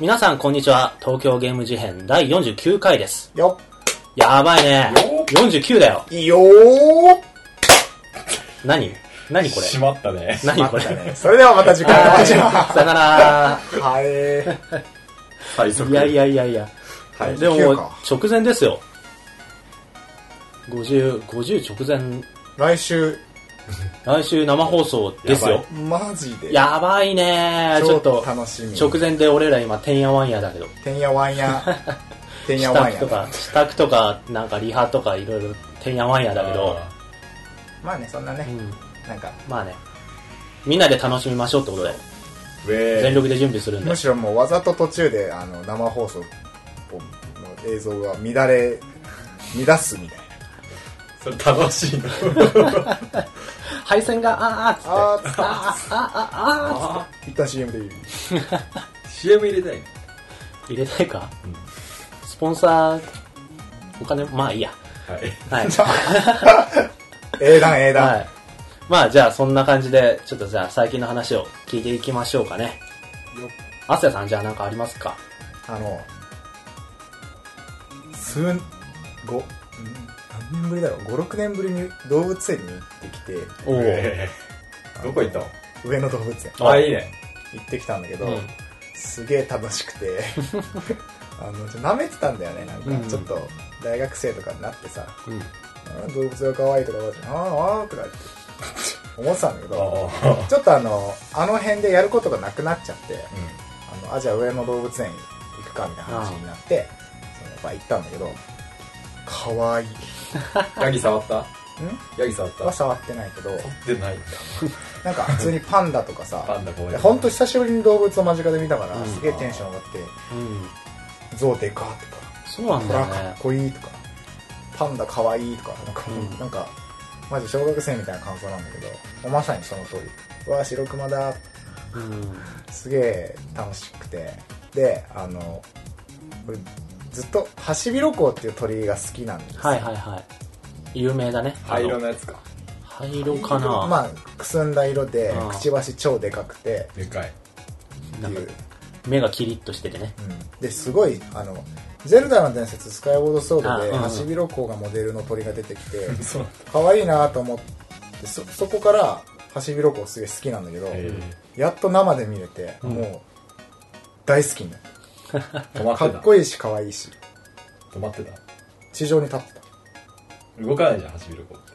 皆さんこんにちは東京ゲーム事変第49回ですよやばいねよ49だよっいいよー何何これしまったね。何これ、それではまた次回おは会いいしさまよな らす。はい。最速。いやいやいやいや、はいでも49もうか直前ですよ5050直前来週、来週生放送ですよマジで。やばいねちょ超っと楽しみ。直前で俺ら今てんやわんやだけどてんやわ んや。てん支やわん度やと。か支度とかなんかリハとかいろいろてんやわんやだけどまあね、そんなねう、んなんか、まあねみんなで楽しみましょうってことでウェー全力で準備するんでむしろもうわざと途中で、あの、生放送の映像が乱れ、乱すみたいな。それ楽しいの。配線があーあーっつってああー、つっあーあーっつって一旦 CM でいい。 CM 入れたい。入れたいか、スポンサーお金まあいいやはい。はい、英断、英は断。い、まあじゃあそんな感じでちょっとじゃあ最近の話を聞いていきましょうかねよアスヤさんじゃあ何かありますかあの、数、ご、ん何年ぶりだろう ?5、6年ぶりに動物園に行ってきて、おお、えーどこ行ったの上野動物園あ、いいね。行ってきたんだけど、うんすげえ楽しくて あのちょ舐めてたんだよねなんか、うんちょっと大学生とかになってさうんあー動物が可愛いとか思ってあーあーとかって思ってたんだけあどあ。ちょっとあのあの辺でやることがなくなっちゃってうあのあじゃあ上野動物園行くかみたいな話になってそのやっぱ行ったんだけど可愛いんヤギ触ったんヤギ触ったは触ってないけど触ってないんだ。なんか普通にパンダと かさパンダ怖い。ほんと久しぶりに動物を間近で見たから、うんすげえテンション上がってうん、象でかとか、そうなんトだよラかねっこいいとか、パンダかわいいとか、なんか、うんなんか、マジ小学生みたいな感想なんだけど、まさにその通り。うわ、白熊だ、うんすげえ楽しくて。で、あの、俺、ずっと、ハシビロコウっていう鳥が好きなんですよはいはいはい有名だね灰色あののやつか。灰色かな、まあ、くすんだ色でうん、くちばし超でかくて、でかい。ってなんいかう。目がキリッとしててねうん、ですごいあの「ゼルダの伝説スカイウォードソード」あでうんハシビロコウがモデルの鳥が出てき てそう可愛いなと思ってそそこからハシビロコウすげえ好きなんだけど、えやっと生で見れて、うんもう大好きになっー止またかって。ったこいいし可愛いし止まってた。地上に立って動かないじゃん、走る子って。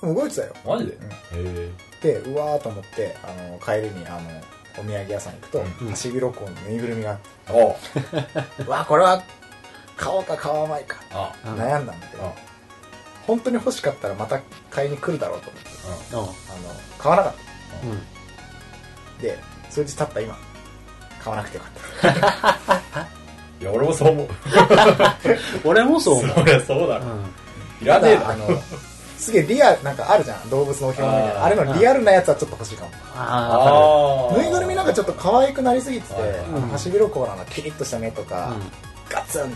た動いてたよマジでんえでうわーと思ってあの帰りにあのお土産屋さん行くと、うんハシビロコウのぬいぐるみがあっえ。おうてうわーこれは買おうか買わないかあ、うん悩んだんだけど、あ、本当に欲しかったらまた買いに来るだろうと思ってうあの買わなかっん、うん、たで数日経った今買わなくてよかったいや、俺もそう思う。俺もそう思う そりゃそううだろ。んいらたねえだだあろ。のすげえリアルなんかあるじゃん動物の置物みたいなあーあれのリアルなやつはちょっと欲しいかもあーぬいぐるみなんかちょっと可愛くなりすぎててはいはいあのハシビロコウのあのキリッとした目とあか、分かガツンって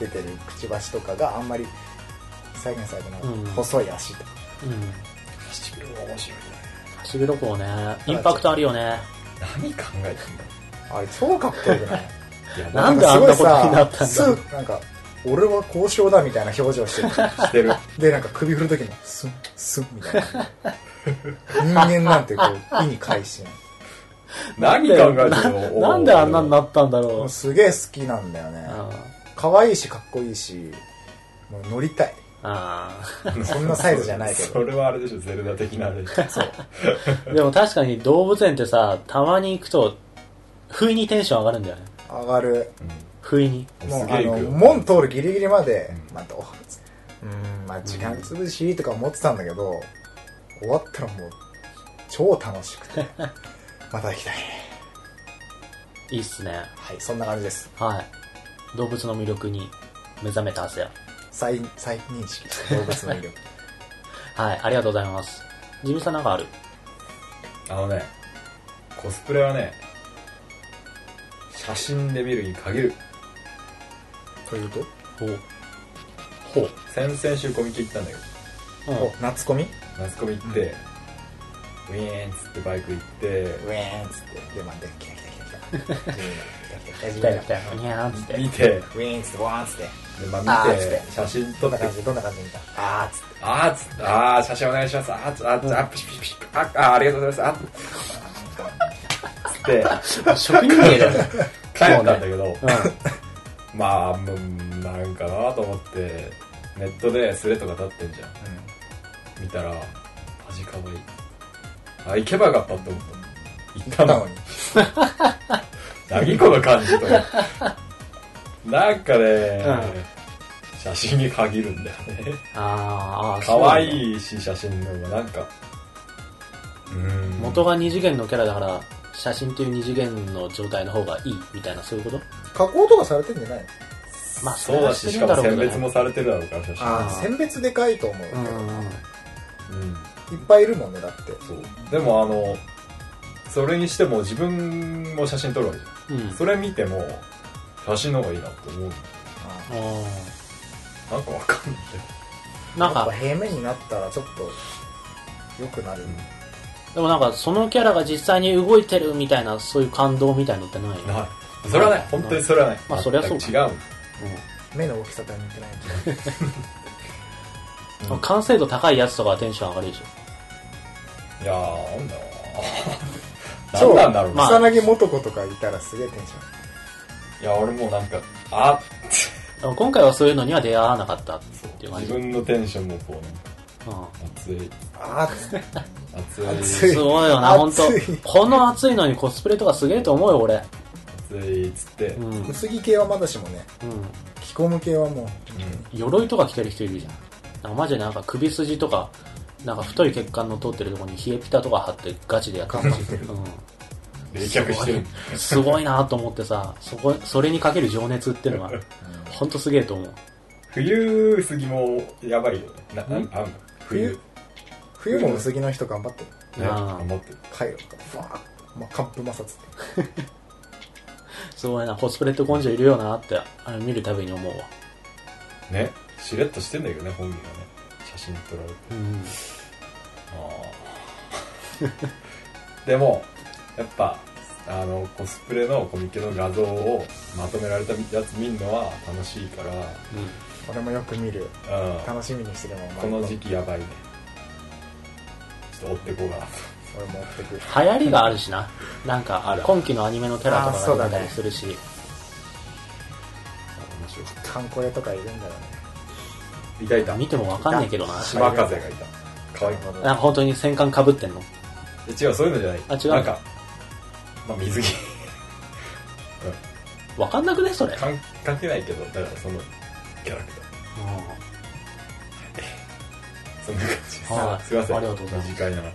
出てるくちばしとかがあんまり再現されてない、うん細い足とかるうん、うん走るの面白いね。ハシビロコウね、インパクトあるよね。何考えてんだあれ超かっこよくないいや、 なんであんなことになったんだかすごいさすぐなんか俺は交渉だみたいな表情してるしてる。で、なんか首振るときも、スン、スンみたいな。人間なんてこう、意に返しない。 何考えてるのななんであんなになったんだもろうう。すげえ好きなんだよね。あ可愛いし、かっこいいし、もう乗りたい。あそんなサイズじゃな いけどそれはあれでしょ、ゼルダ的なあれでしょ。そう。ーでも確かに動物園ってさ、たまに行くと、不意にテンション上がるんだよね。上がる。不意に。もすう、げあえ行のく、よ。門通るギリギリまで、うんまあ、どううーん、まあ、時間潰しとか思ってたんだけど、終わったらもう、超楽しく て。また行きたい。いいっすね。はい、そんな感じです。はい。動物の魅力に目覚めた汗や。再、再認識した動物の 魅力。はい、ありがとうございます。ジミさんなんかあるあのね、コスプレはね、写真で見るに限る。というとほう。ほう。先々週コミケ行ったんだけど、うん。お、夏コミ夏コミ行って、ウィーンっつってバイク行って、ウェーンっつって、で、まあ、で、来た来た来た来た。来自た分よが来たよにゃーんっつって見て、ウィーンっつってワーンっつってでまああ、ー見っつってて、写真ど撮んっなて、感じどんな感じで見たあーっつってあーっつって、あー、写真お願いします、あーっつって、あーっつって、あー、ピシピシピシ、あー、あーありがとうございます、あーっつ って、職人芸だよね帰ったんだけど、うまあ、もうなんかなと思って、ネットでスレとか立ってんじゃん。見たら、マジかわいい。あ、行けばよかったって思った。行っなたののに何この感じとか。 なんかね、写真に限るんだよね。んあーあー可そうなんだ愛いし、写真の方がなんか。うん元が二次元のキャラだから写真っていう二次元の状態の方がいいみたいなそういうこと加工とかされてんじゃないのまあそうだし、しかも選別もうされてるだろうから、写真。ああ選別でかいと思うけど、んいっうんうん。ぱいいるもんねだってそう。でもあの、それにしても自分も写真撮るわけじゃん。うんそれ見ても、写真の方がいいなって思う。あうなんかわかんない。んなあやんっぱか平面になったらちょっと良くなる、でもなんかそのキャラが実際に動いてるみたいなそういう感動みたいのってないよねない。それはない。本当にそれはない。まあそりゃそう全く違う。目の大きさとは似てないけど うん完成度高いやつとかはテンション上がるでしいやー、なんだろそううな。なんなんだろうまあな。草薙素子とかいたらすげえテンションいや、俺もうなんか、あょでも今回はそういうのには出会わなかったっていう感じ自分のテンションもこう、なんかうん熱い、あーっ熱い、熱熱いいすごいよな、本当暑いこの暑いのにコスプレとかすげえと思うよ、俺。っつって、うん。うん。薄着系はまだしもね着込む系はもう鎧とか着てる人いるじゃん。なんかマジでなんか首筋とか、なんか太い血管の通ってるとこに冷えピタとか貼ってガチでやってる頑張ってるう冷却してる。ん。すごいなと思ってさ、そこ、それにかける情熱っていうのは、ほんとすげえと思う。冬過ぎもやばいよね。な、んああんの冬。冬も薄着の人頑張ってるね、あー頑張ってる。カイロとかファーッまあ、寒風摩擦ってすごいな、コスプレって根性いるよなって、あれ見るたびに思うわ。ね、しれっとしてんだけどね、本人はね。写真撮られて。うん。 でもやっぱあのコスプレのコミケの画像をまとめられたやつ見るのは楽しいから、俺もよく見るうん楽しみにしてるもんこの時期やばいねちょっと追ってこうかなと俺も追ってくる流行りがあるしな。なんかある、今期のアニメのキャラとあーかそうがだ出ねたりするし。面白い観光屋とかいるんだよねいたいた見てもわかんねえけどな。島風がいたかわいいなるほどなんか本当に戦艦かぶってんのえ違うそういうのじゃないあ違うなんか、まあ、水着わかんなくねそれ。関関係ないけどだからそのキャラクうターそんな感じですはいすいませんありがとうございます短いながら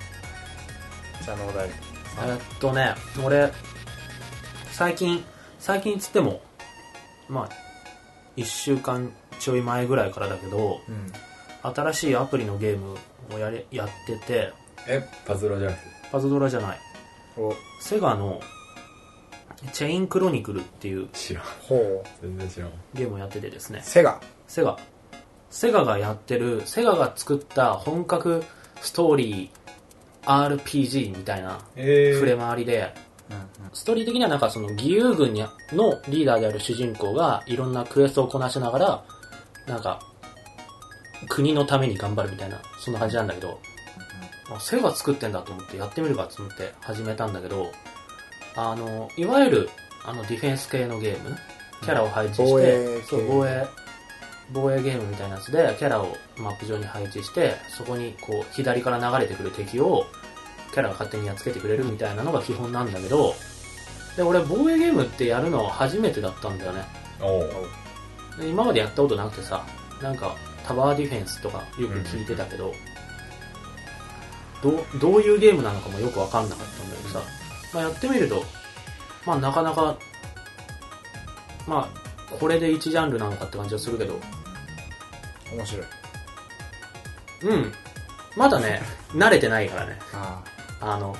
じゃあ農大んえっとね、俺、最近、最近つっても、まあ、一週間ちょい前ぐらいからだけど、うん新しいアプリのゲームをやれやってて、えパズドラじゃなくてパズドラじゃない、おセガの、チェインクロニクルっていう知らんほう全然知らんゲームをやっててですね、セガセガ。セガがやってる、セガが作った本格ストーリー RPG みたいなえ触れ回りで、ストーリー的にはなんかその義勇軍にのリーダーである主人公がいろんなクエストをこなしながら、なんか、国のために頑張るみたいな、そんな感じなんだけど、あセガ作ってんだと思ってやってみるかと思って始めたんだけど、あの、いわゆる、あの、ディフェンス系のゲームキャラを配置して、防衛系そう防衛、防衛ゲームみたいなやつで、キャラをマップ上に配置して、そこにこう、左から流れてくる敵を、キャラが勝手にやっつけてくれるみたいなのが基本なんだけど、で、俺、防衛ゲームってやるの初めてだったんだよね。おうで今までやったことなくてさ、なんか、タワーディフェンスとかよく聞いてたけど、どうどういうゲームなのかもよくわかんなかったんだけどさ、まあ、やってみると、まあ、なかなか、まあ、これで1ジャンルなのかって感じはするけど、面白いうん、まだね、慣れてないからね。ああの、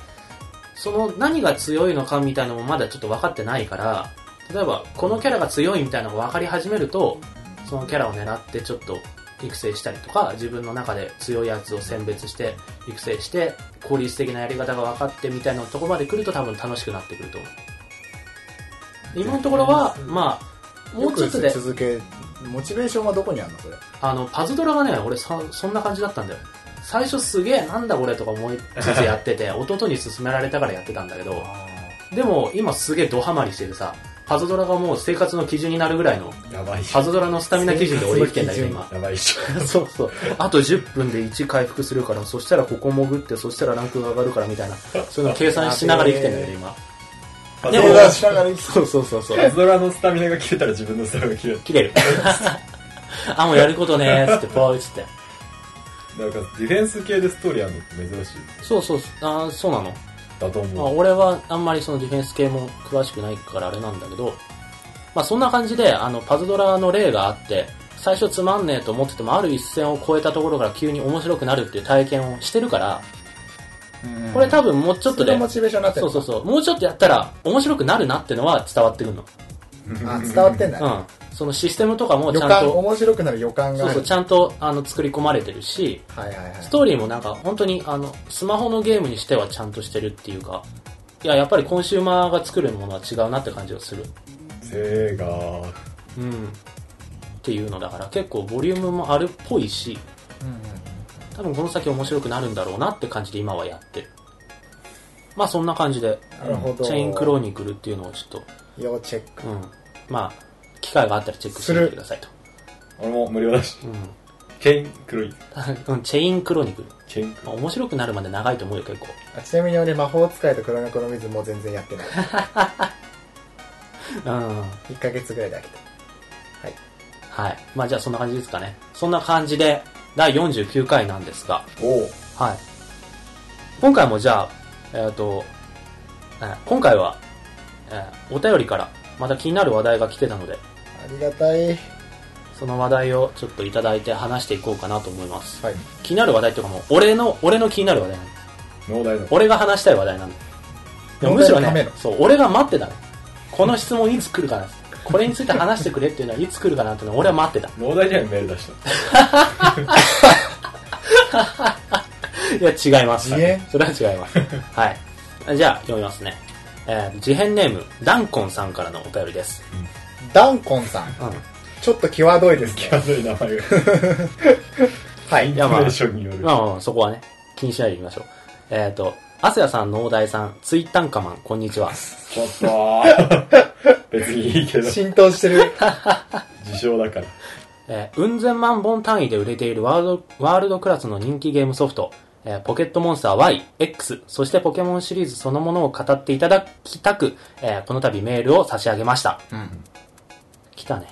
その何が強いのかみたいなのもまだちょっと分かってないから、例えばこのキャラが強いみたいなのが分かり始めると、そのキャラを狙ってちょっと育成したりとか、自分の中で強いやつを選別して、育成して、効率的なやり方が分かってみたいなところまで来ると多分楽しくなってくると思う。今のところは、まあ、もうちょっとでよく、続けモチベーションはどこにあるのそれあの、パズドラがね、俺そ、そんな感じだったんだよ。最初すげえ、なんだこれとか思いつつやってて、弟に勧められたからやってたんだけど、でも今すげえドハマりしてるさ、パズドラがもう生活の基準になるぐらいの、やばいじゃパズドラのスタミナ基準で俺生きてんだけど生活今。の基準ん。やばいじ そうそう。あと10分で1回復するから、そしたらここ潜って、そしたらランクが上がるからみたいな、そういうの計算しながら生きてんだよね、今。ゃん。ででもも俺はしながら生きそうそうそうそパう。ズドラのスタミナが切れたら自分のスタミナが切れる。切れる。 あ、もうやることねーっつって、ぽいっつって。なんか、ディフェンス系でストーリーあるのって珍しい。そうそう、あーそうなの。だとまあ、思う。俺はあんまりそのディフェンス系も詳しくないからあれなんだけど、まあ、そんな感じであのパズドラの例があって最初つまんねえと思っててもある一線を越えたところから急に面白くなるっていう体験をしてるからこれ多分もうちょっとで、のモチベーションになってるそうそうそうもうちょっとやったら面白くなるなってのは伝わってくるの、あ伝わってんだ、うん、そのシステムとかもち予ゃん感と面白くなる予感がそあうるそうちゃんとあの作り込まれてるしはいはいはいストーリーもなんか本当にあのスマホのゲームにしてはちゃんとしてるっていうかいややっぱりコンシューマーが作るものは違うなって感じがするセーガー。うん、っていうのだから結構ボリュームもあるっぽいしうんうん多分この先面白くなるんだろうなって感じで今はやってるまあそんな感じでなるほどチェインクロニクルっていうのをちょっ要チェックと、うん、まあ機会があったらチェックしてみてくださいと、俺も無料だし。うチェイン黒い。んうん、チェインクロニクル、チェインまあ黒い。面白くなるまで長いと思うよ結構あちなみに俺魔法使いと黒猫の水もう全然やってないうん1ヶ月ぐらいで飽きたはいまあじゃあそんな感じですかねそんな感じで第49回なんですがおうはい。今回もじゃあ、えっ、と、えー今回は、えーお便りからまた気になる話題が来てたので、ありがたいその話題をちょっといただいて話していこうかなと思います。はい気になる話題っていうかもう、俺の、俺の気になる話題なの。脳大の。俺が話したい話題なの。でもむしろ問題ねのため、のそう、俺が待ってたの。この質問いつ来るかな。これについて話してくれっていうのはいつ来るかなっていうのを俺は待ってた。脳大にはメール出した。いや、違います。自演それは違い ます。はい。じゃあ、読みますね。えー、事変ネーム、ダンコンさんからのお便りです。ダンコンさんうちょっと際どいですね気まずい名前が。はインいフレーションによるん。。まあまあまあ、そこはね、気にしないでいきましょう。えっ、と、アスヤさん、農大さん、ツイッタンカマン、こんにちは。ちょっと。別にいいけど、浸透してる自称だから。えー、うん千万本単位で売れているワールドワールドクラスの人気ゲームソフト、えーポケットモンスター Y、X、そしてポケモンシリーズそのものを語っていただきたく、えーこの度メールを差し上げました。うん来たね。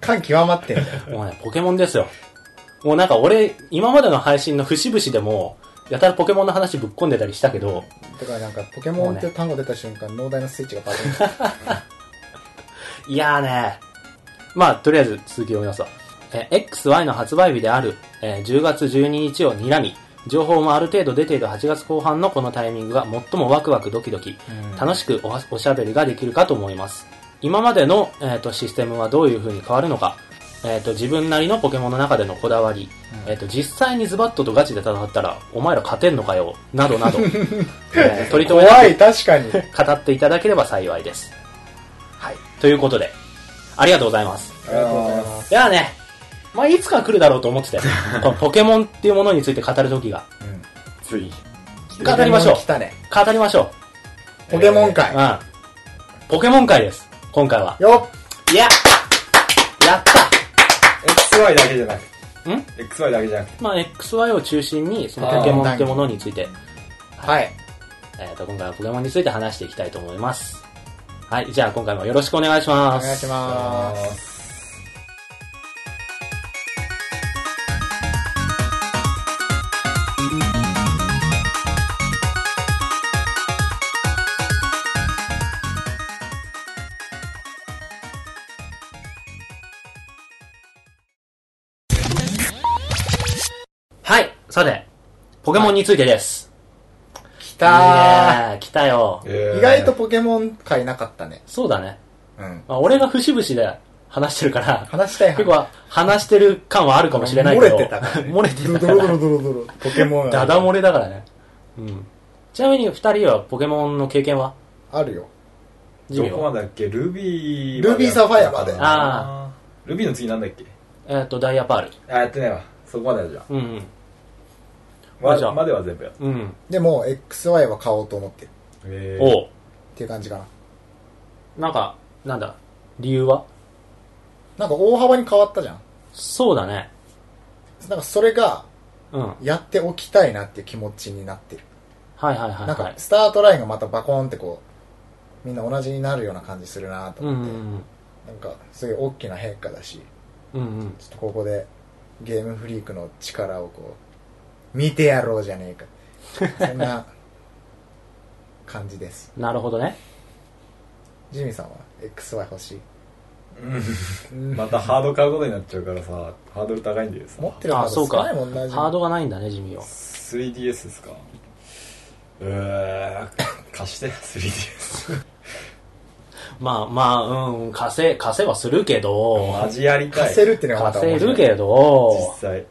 感極まってんだよもうね、ポケモンですよ。もうなんか俺、今までの配信の節々でも、やたらポケモンの話ぶっ込んでたりしたけど、だからなんかポケモンって単語出た瞬間脳大のスイッチがバト ンいやーねまあ、とりあえず続きを読みますわ。えー XY の発売日である、えー10月12日を睨み、情報もある程度出ている8月後半のこのタイミングが最もワクワクドキドキ、楽しくおはおしゃべりができるかと思います。今までの、えーとシステムはどういう風に変わるのか、えーと自分なりのポケモンの中でのこだわり、えーと実際にズバットとガチで戦ったら、お前ら勝てんのかよ、など など、えー取り留めなく怖い確かに語っていただければ幸いです。はい。ということで、ありがとうございます。ありがとうございまいすやね、まあ、いつか来るだろうと思 ってたよ。このポケモンっていうものについて語る時が。ついに。語りましょう来たね語りましょポケモンう。界うん。ポケモン界です。今回は。よっいややった XY だけじゃなくんて。XY だけじゃなくて。まあ、XY を中心に、そのポケモンってものについて、はいえっ、と、今回はポケモンについて話していきたいと思います。はい、じゃあ今回もよろしくお願いしおます。願いしますはい、さて、ポケモンについてです。来いたやー、来たよ。えーー意外とポケモン界なかったねそうだね。うんまあ、俺が節々で話してるから、話したい話結構話してる感はあるかもしれないけ ど。漏れてたから、ね、漏れてたドからロドロドロドロポケモンダダ漏れだからね。うん。ちなみに二人はポケモンの経験はあるよ授ど業こはまでだっけルビールビーサファイアまであールビーの次なんだっけえっと、ダイヤパール。あやってないわそこまでだじゃんうんあじゃあままでは全部やっうん。うん。でも XY は買おうと思ってるえーおうっていう感じかななんか、なんだ、理由はなんか大幅に変わったじゃんそうだね。なんかそれがうん。はいやっておきたいなっていう気持ちになってるはいはい、はい。なんかスタートラインがまたバコーンってこうみんな同じになるような感じするなとう思んっうて、んなんかすごい大きな変化だしうん。うんうん。ちょっとここでゲームフリークの力をこう見てやろうじゃねえかそんな感じですなるほどね。ジミーさんは XY 欲しいうんまたハード買うことになっちゃうからさハードル高いんだよさ持ってるあハーそドう少かないもんなジミハードがないんだね、ジミーは。 3DS ですかうー貸して 3DS まあまあ、うん、稼い、稼いはするけどマ、ジやりたい貸せるっていうのがまた稼面い白るいけ実ど、際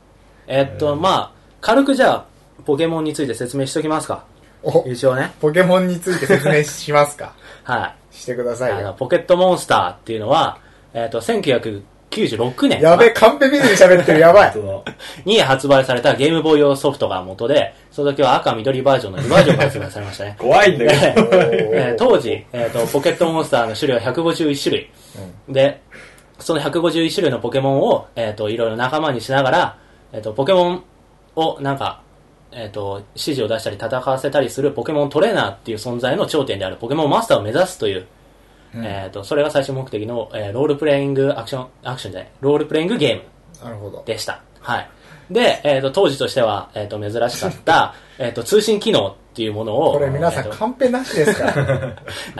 えっと、まあ、軽くじゃあ、ポケモンについて説明しときますか。お一応ね。ポケモンについて説明しますかはい。してくださいあのよポケットモンスターっていうのは、えっ、と、1996年やべえ完璧に 喋ってるやばい本当だ。に発売されたゲームボーイ用ソフトが元で、その時は赤緑バージョンの2バージョンが発売されましたね怖いんだけど えー当時、えーと、ポケットモンスターの種類は151種類。で、その151種類のポケモンを、えっ、と、いろいろ仲間にしながら、えっ、と、ポケモンをなんか、えっ、と、指示を出したり戦わせたりするポケモントレーナーっていう存在の頂点であるポケモンマスターを目指すという、えっ、と、それが最終目的の、えーロールプレイングアクション、アクションじゃない、ロールプレイングゲームなるほどでした。はい。で、えっ、と、当時としては、えっ、と、珍しかった、 えっ、と、通信機能っていうものを、これ皆さえんーとカンペなしですから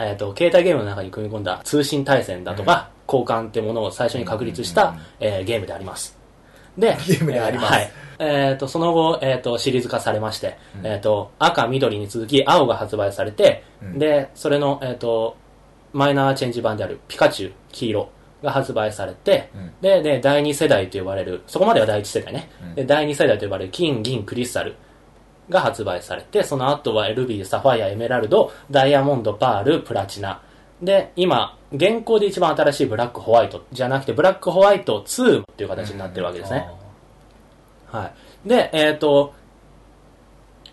えっと携帯ゲームの中に組み込んだ通信対戦だとか、交換ってものを最初に確立した、えーゲームであります。で、ゲームでありますえーはいえーとその後、えーと、シリーズ化されまして、えーと、赤、緑に続き青が発売されて、うんで、それの、えーと、マイナーチェンジ版であるピカチュウ、黄色が発売されて、うんで、で、第2世代と呼ばれる、そこまでは第1世代ね、うんで、第2世代と呼ばれる金、銀、クリスタルが発売されて、その後はルビー、サファイア、エメラルド、ダイヤモンド、パール、プラチナ。で、今、現行で一番新しいブラックホワイトじゃなくて、ブラックホワイト2っていう形になってるわけですね。はい。で、えっ、と、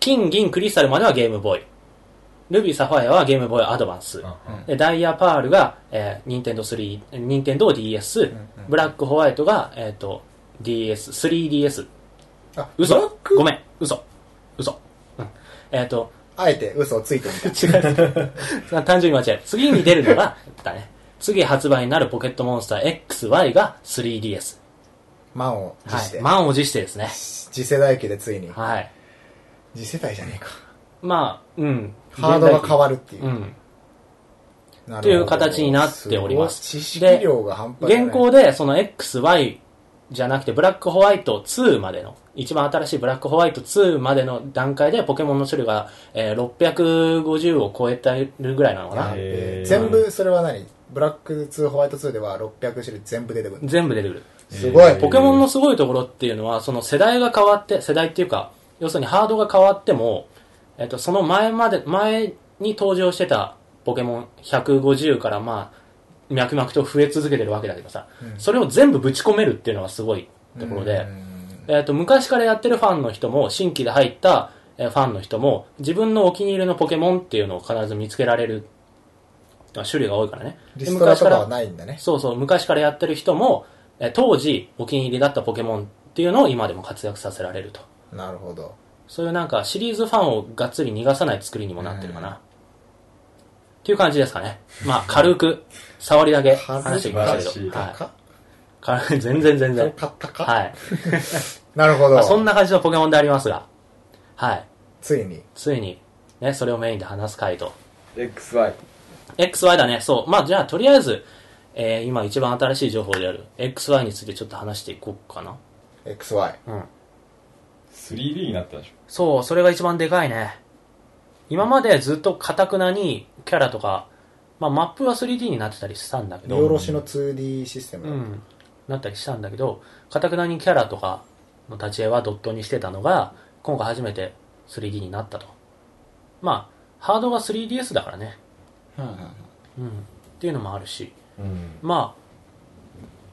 金、銀、クリスタルまではゲームボーイ。ルビー、サファイアはゲームボーイアドバンス。あーでダイヤパールが、えー、Nintendo 3、Nintendo DS、んうんブラックホワイトが、えっ、と、DS、3DS。あブラッ嘘クごめん、嘘。嘘。うん。えっ、と、あえて嘘をついてみ た違う。単純に間違えた。次に出るの が、だね。次発売になるポケットモンスター XY が 3DS。満を持はして、い。満を持してですね。次世代機でついにはい。次世代じゃねえかまあ、うん。ハードが変わる。るっていう、うん。なるほどという形になっておりますごい知識量が半端じゃない現行で、その XY じゃなくて、ブラックホワイト2までの、一番新しいブラックホワイト2までの段階で、ポケモンの種類が、えー、650を超えてるぐらいなのかな。えーえー全部それは何ブラック2ホワイト2では600種類全部出てくる全部出てくる。すごいえーポケモンのすごいところっていうのは、その世代が変わって、世代っていうか、要するにハードが変わっても、えっと、その前まで、前に登場してたポケモン150からまあ、脈々と増え続けてるわけだけどさ、それを全部ぶち込めるっていうのがすごいところで、うんえっと、昔からやってるファンの人も、新規で入ったえーファンの人も、自分のお気に入りのポケモンっていうのを必ず見つけられる、まあ種類が多いからね。リでストラ昔とかからはないんだねそうそう、昔からやってる人も、えー当時お気に入りだったポケモンっていうのを今でも活躍させられると。なるほどそういうなんかシリーズファンをがっつり逃がさない作りにもなってるかな。っていう感じですかね。まあ、軽く、触りだけ話してきましたけ恥ずど。かはいか軽い。全然全それ然。買ったか、はい。なるほまどあそんな感じのポケモンでありますが、はい。ついについに、ね、それをメインで話す回と。 XY XY だね、そう。まあ、じゃあ、とりあえず、えー今一番新しい情報である XY についてちょっと話していこうかな。 XY うん。 3D になったでしそう、それが一番でかいね。今までずっとかたくなにキャラとか、まあマップは 3D になってたりしたんだけ見下ど、ろしの 2D システムうだ、ん、なったりしたんだけど、かたくなにキャラとかの立ち絵はドットにしてたのが、今回初めて 3D になったと。まあ、ハードが 3DS だからね。うんうんうんうん。っていうのもあるしうんま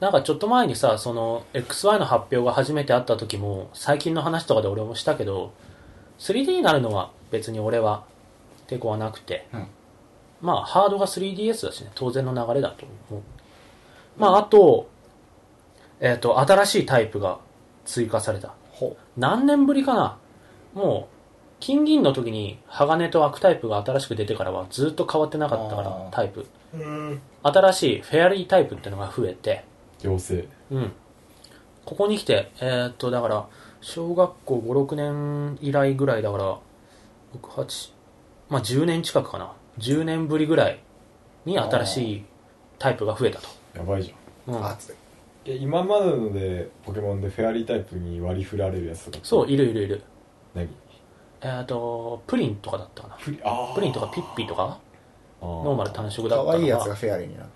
あなんかちょっと前にさその XY の発表が初めてあった時も最近の話とかで俺もしたけど 3D になるのは別に俺は抵抗はなくて、うんまあハードが 3DS だしね当然の流れだと思うまああとえっ、と新しいタイプが追加されたほ何年ぶりかなもう金銀の時に鋼と悪タイプが新しく出てからはずっと変わってなかったかあらータイプううん新しいフェアリータイプってのが増えて妖精うんここに来てえーっとだから小学校56年以来ぐらいだから68まあ10年近くかな10年ぶりぐらいに新しいタイプが増えたと、やばいじゃんうん、あついえ今までのでポケモンでフェアリータイプに割り振られるやつとかそういるいるいる何えーっとプリンとかだったかなプリあープリンとかピッピーとかあーノーマル単色だかったのわいいやつがフェアリーになる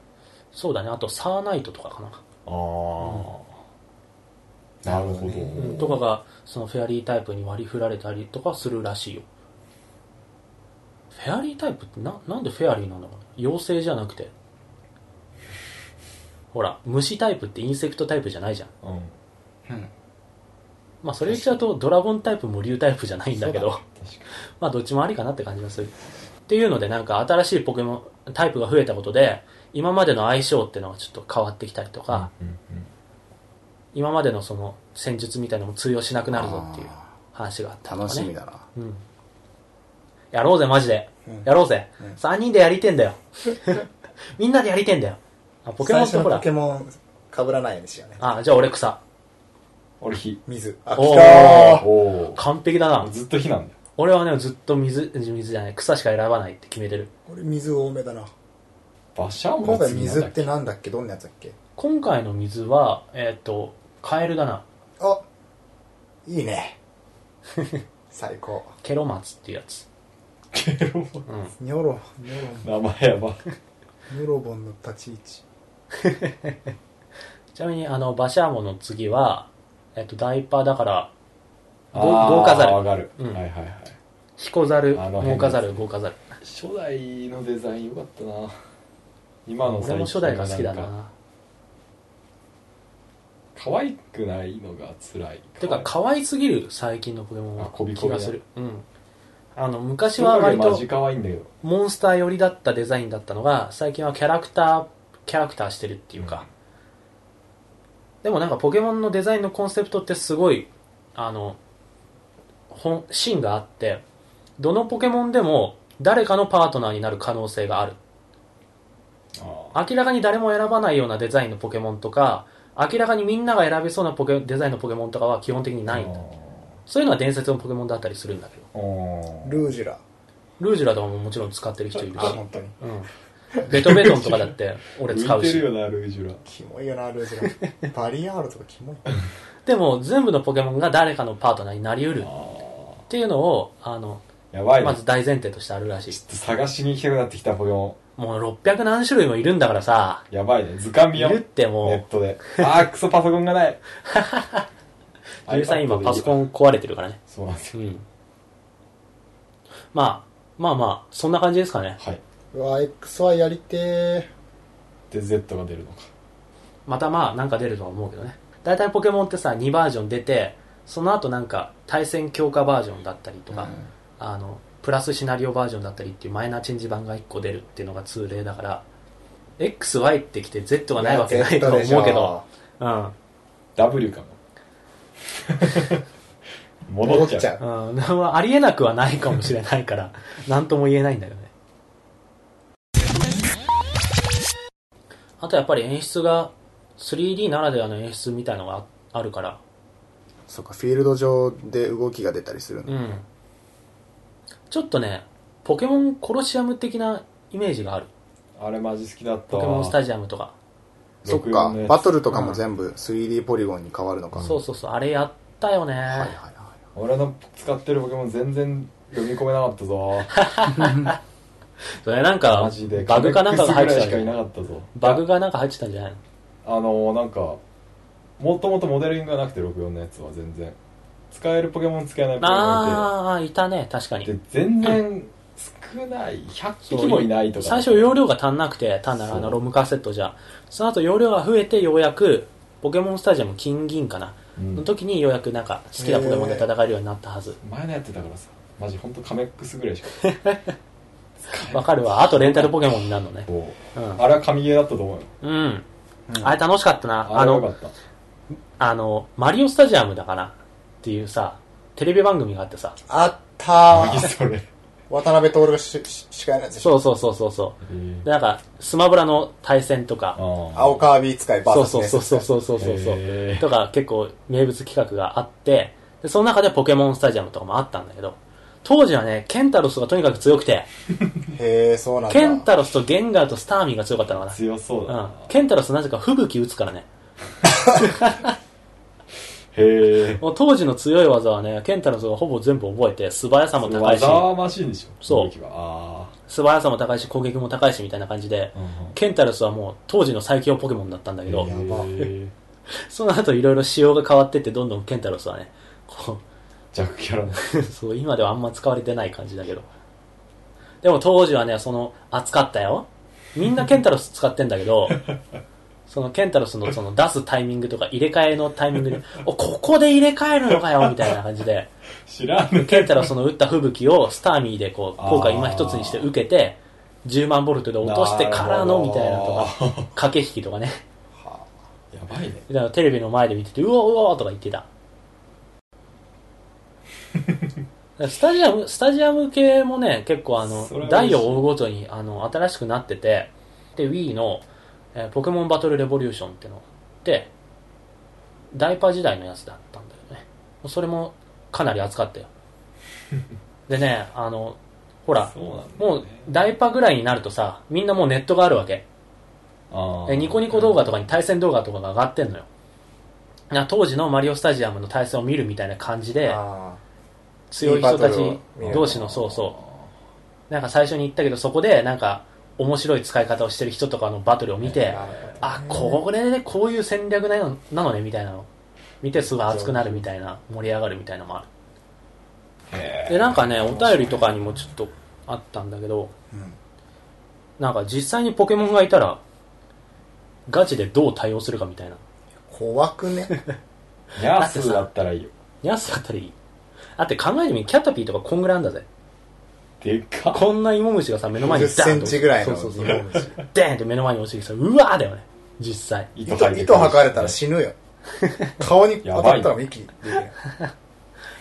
そうだねあとサーナイトとかかな、あーなるほど、ううん、とかがそのフェアリータイプに割り振られたりとかするらしいよフェアリータイプってななんでフェアリーなんだろうね妖精じゃなくてほら虫タイプってインセクトタイプじゃないじゃんうんうんまあそれ言っちゃうとドラゴンタイプも竜タイプじゃないんだけど確かまあどっちもありかなって感じがする。っていうのでなんか新しいポケモンタイプが増えたことで、今までの相性っていうのがちょっと変わってきたりとか、に、うんうん今までのその戦術みたいなのも通用しなくなるぞっていうあ話があったーりと楽かしね。みだなうん。やろうぜマジで。うんやろうぜ。うん3人でやりてん だよ。みんなでやりてんだよ。あポケモンってほ最初のポらケ。モンかぶらないようにしようねあ、じゃあ俺草。俺火水あおー来たーおー完璧だな。ずっと火なんだよ俺はね、ずっと水、水じゃない、草しか選ばないって決めてる。俺水多めだな馬車も今回水ってなんだっけどんなやつだっけ今回の水は、えーっ、と、カエルだな。あいい ね最高ケロマツっていうやつ。ケロうん。ニョロニョロ名前やばニョロボンの立ち位置ちなみに、あの、バシャーモの次は、えっと、ダイパーだから、ゴあーゴーカザルわかる、うんはいはいはいヒコザル、あのモ辺ーカザル、ゴーカザル。初代のデザインよかったな今の俺も初代が好きだんかな。可愛くないのが辛いてか、可愛すぎる、最近のポケモンあはこび。こ気びだがする。うん。あの、昔私はは割割とマとジ可愛いんだけどモンスター寄りだったデザインだったのが、最近はキャラクター、キャラクターしてるっていうか。でもなんかポケモンのデザインのコンセプトってすごい、あの、本、芯があって、どのポケモンでも誰かのパートナーになる可能性がある。あ明らかに誰も選ばないようなデザインのポケモンとか、明らかにみんなが選べそうなポケデザインのポケモンとかは基本的にあないんだ。そういうのは伝説のポケモンだったりするんだけど。ルルージュラルージュラとかももちろん使ってる人いるあし。本当にうん。ベトベトンとかだって俺使う 浮いてし。るよなルージュラキモいよなルージュ ラバリアールとかキモいでも全部のポケモンが誰かのパートナーになりうるあっていうのを、あの、ーやばいなまちょず大前提としてあるらしい。っと探しに行きたくなってきたポケモもう600何種類もいるんだからさ、ンやばいね図鑑い見よるうってネッも、トでああクソパソコンがないうゆうさん今 iPad でパソコン壊れてるからね。そうなんですようん。まあ、まあまあ、そんな感じですかね。はいうわ XY やりてーで Z が出るのかまたまあ、なんか出るとは思うけどね。大体ポケモンってさ、2バージョン出て、その後なんか、対戦強化バージョンだったりとか、あの、プラスシナリオバージョンだったりっていうマイナーチェンジ版が1個出るっていうのが通例だから、XY ってきて Z がないわけないと思う けど、うん。 W かも 戻戻っっちゃうちゃううん、 まあありえなくはないかもしれない から、なんとも言えないんだよね。あとやっぱり演出が、3D ならではの演出みたいのがああるから、そっか、フィールド上で動きが出たりするの。うん。ちょっとね、ポケモンコロシアム的なイメージがある。あれマジ好きだったポケモンスタジアムとか。そっか、バトルとかも全部 3D ポリゴンに変わるのか。そうそうそう、あれやったよね。はいはいは俺の使ってるポケモン全然読み込めなかったぞそれなんかマジで、バグかなんかが入ってカたメッんじゃなクスぐらいしかいいなかったぞバグがなんか入ってたんじゃないのあのー、なんかもともとモデリングがなくて64のやつは全然使えるポケモン使えないポケモンああ、いたね、確かいにて。で全然少ない100匹もいないとか最初容量が足んなくて単なるあそうのロムカセットじゃその後容量が増えてようやくポケモンスタジアム金銀かな、うんの時にようやくなんか好きなポケモンで戦えるようになったはず前のやってたからさマジ本当カメックスぐらいしか使えわかるわあとレンタルポケモンになるのねそううんあれは神ゲーだったと思うようん、あれ楽しかったなああれはよかのったあのマリオスタジアムだからっていうさテレビ番組があってさあった何ーそれ渡辺徹がしし司会のやつでしょそうそうそうそうそうでなんかスマブラの対戦とか青カービー使いバそーうサスそうそうそうそうそうそうそうへーとか結構名物企画があってでその中でポケモンスタジアムとかもあったんだけど当時はねケンタロスがとにかく強くてへえそうなんだケンタロスとゲンガーとスターミーが強かったのかな強そうだうんな、ケンタロスなぜか吹雪打つからねへえもう当時の強い技はねケンタロスがほぼ全部覚えて素早さも高いし技はマシンでしょそうの時はあ素早さも高いし攻撃も高いしみたいな感じであうんケンタロスはもう当時の最強ポケモンだったんだけどやばへーその後いろいろ仕様が変わってってどんどんケンタロスはねこう弱キャラのそう、今ではあんま使われてない感じだけど。でも当時はね、その、熱かったよ。みんなケンタロス使ってんだけど、そのケンタロスのその出すタイミングとか入れ替えのタイミングで、お、ここで入れ替えるのかよみたいな感じで、知らんねケンタロスの打った吹雪をスターミーでこう、効果今一つにして受けて、10万ボルトで落としてからのみたいなとか、駆け引きとかね。やばいねだからテレビの前で見てて、うわうわとか言 ってた。だからスタジアム、スタジアム系もね、結構あのそれは、嬉しい台を追うごとに、あの、新しくなってて、で、Wii の、えーポケモンバトルレボリューションってのがあって、ダイパー時代のやつだったんだよね。それもかなり熱かったよ。でね、あの、ほら、そうなんだもようねダイパーぐらいになるとさ、みんなもうネットがあるわけ。あーえニコニコ動画とかに対戦動画とかが上がってんのよ。な当時のマリオスタジアムの対戦を見るみたいな感じで、あ強い人たちいいバトルを見る同士のそうそう。なんか最初に言ったけど、そこでなんか面白い使い方をしてる人とかのバトルを見て、あ、これでこういう戦略なのなのねみたいなの。見てすごい熱くなるみたいな、盛り上がるみたいなのもあへる。ーで、なんかね、お便りとかにもちょっとあったんだけど、ーうんなんか実際にポケモンがいたら、ガチでどう対応するかみたいな。怖くねニャースーだったらいいよニャスだったらいい。だって考えてみ、キャタピーとかこんぐらいあんだぜ。でっかこんな芋虫がさ、目の前に10センチぐらいのそうそう日そう。本人デーンって目の前に落ちてきてさ、うわーだよね。実際。糸糸糸吐かれたら死ぬよ顔に当たったらもう息できない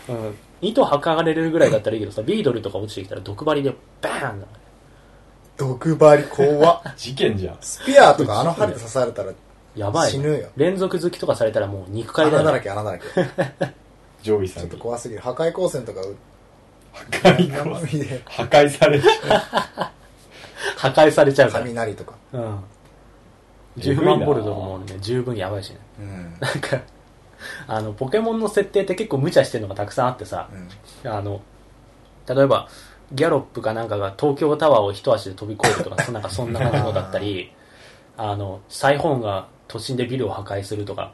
うん。糸はかれるぐらいだったらいいけどさ、ビードルとか落ちてきたら毒針でバーンだ毒針怖っ事件じゃんスピアーとかあの針で刺されたらやばい、死ぬよ連続好きとかされたらもう肉塊だ穴よ、ね。だらけ穴だらけち上位さょっんとに怖すぎる破壊光線とか打っ破壊生身で破壊されち ゃ破壊されちゃうから。雷とかうん。えぐい10な万ボルトもね、十分やばいしね。うんなんか、あの、ポケモンの設定って結構無茶してるのがたくさんあってさ、うんあの、例えば、ギャロップかなんかが東京タワーを一足で飛び越えるとか、 そなんかそんな感じのだったり、あの、サイホーンが都心でビルを破壊するとか、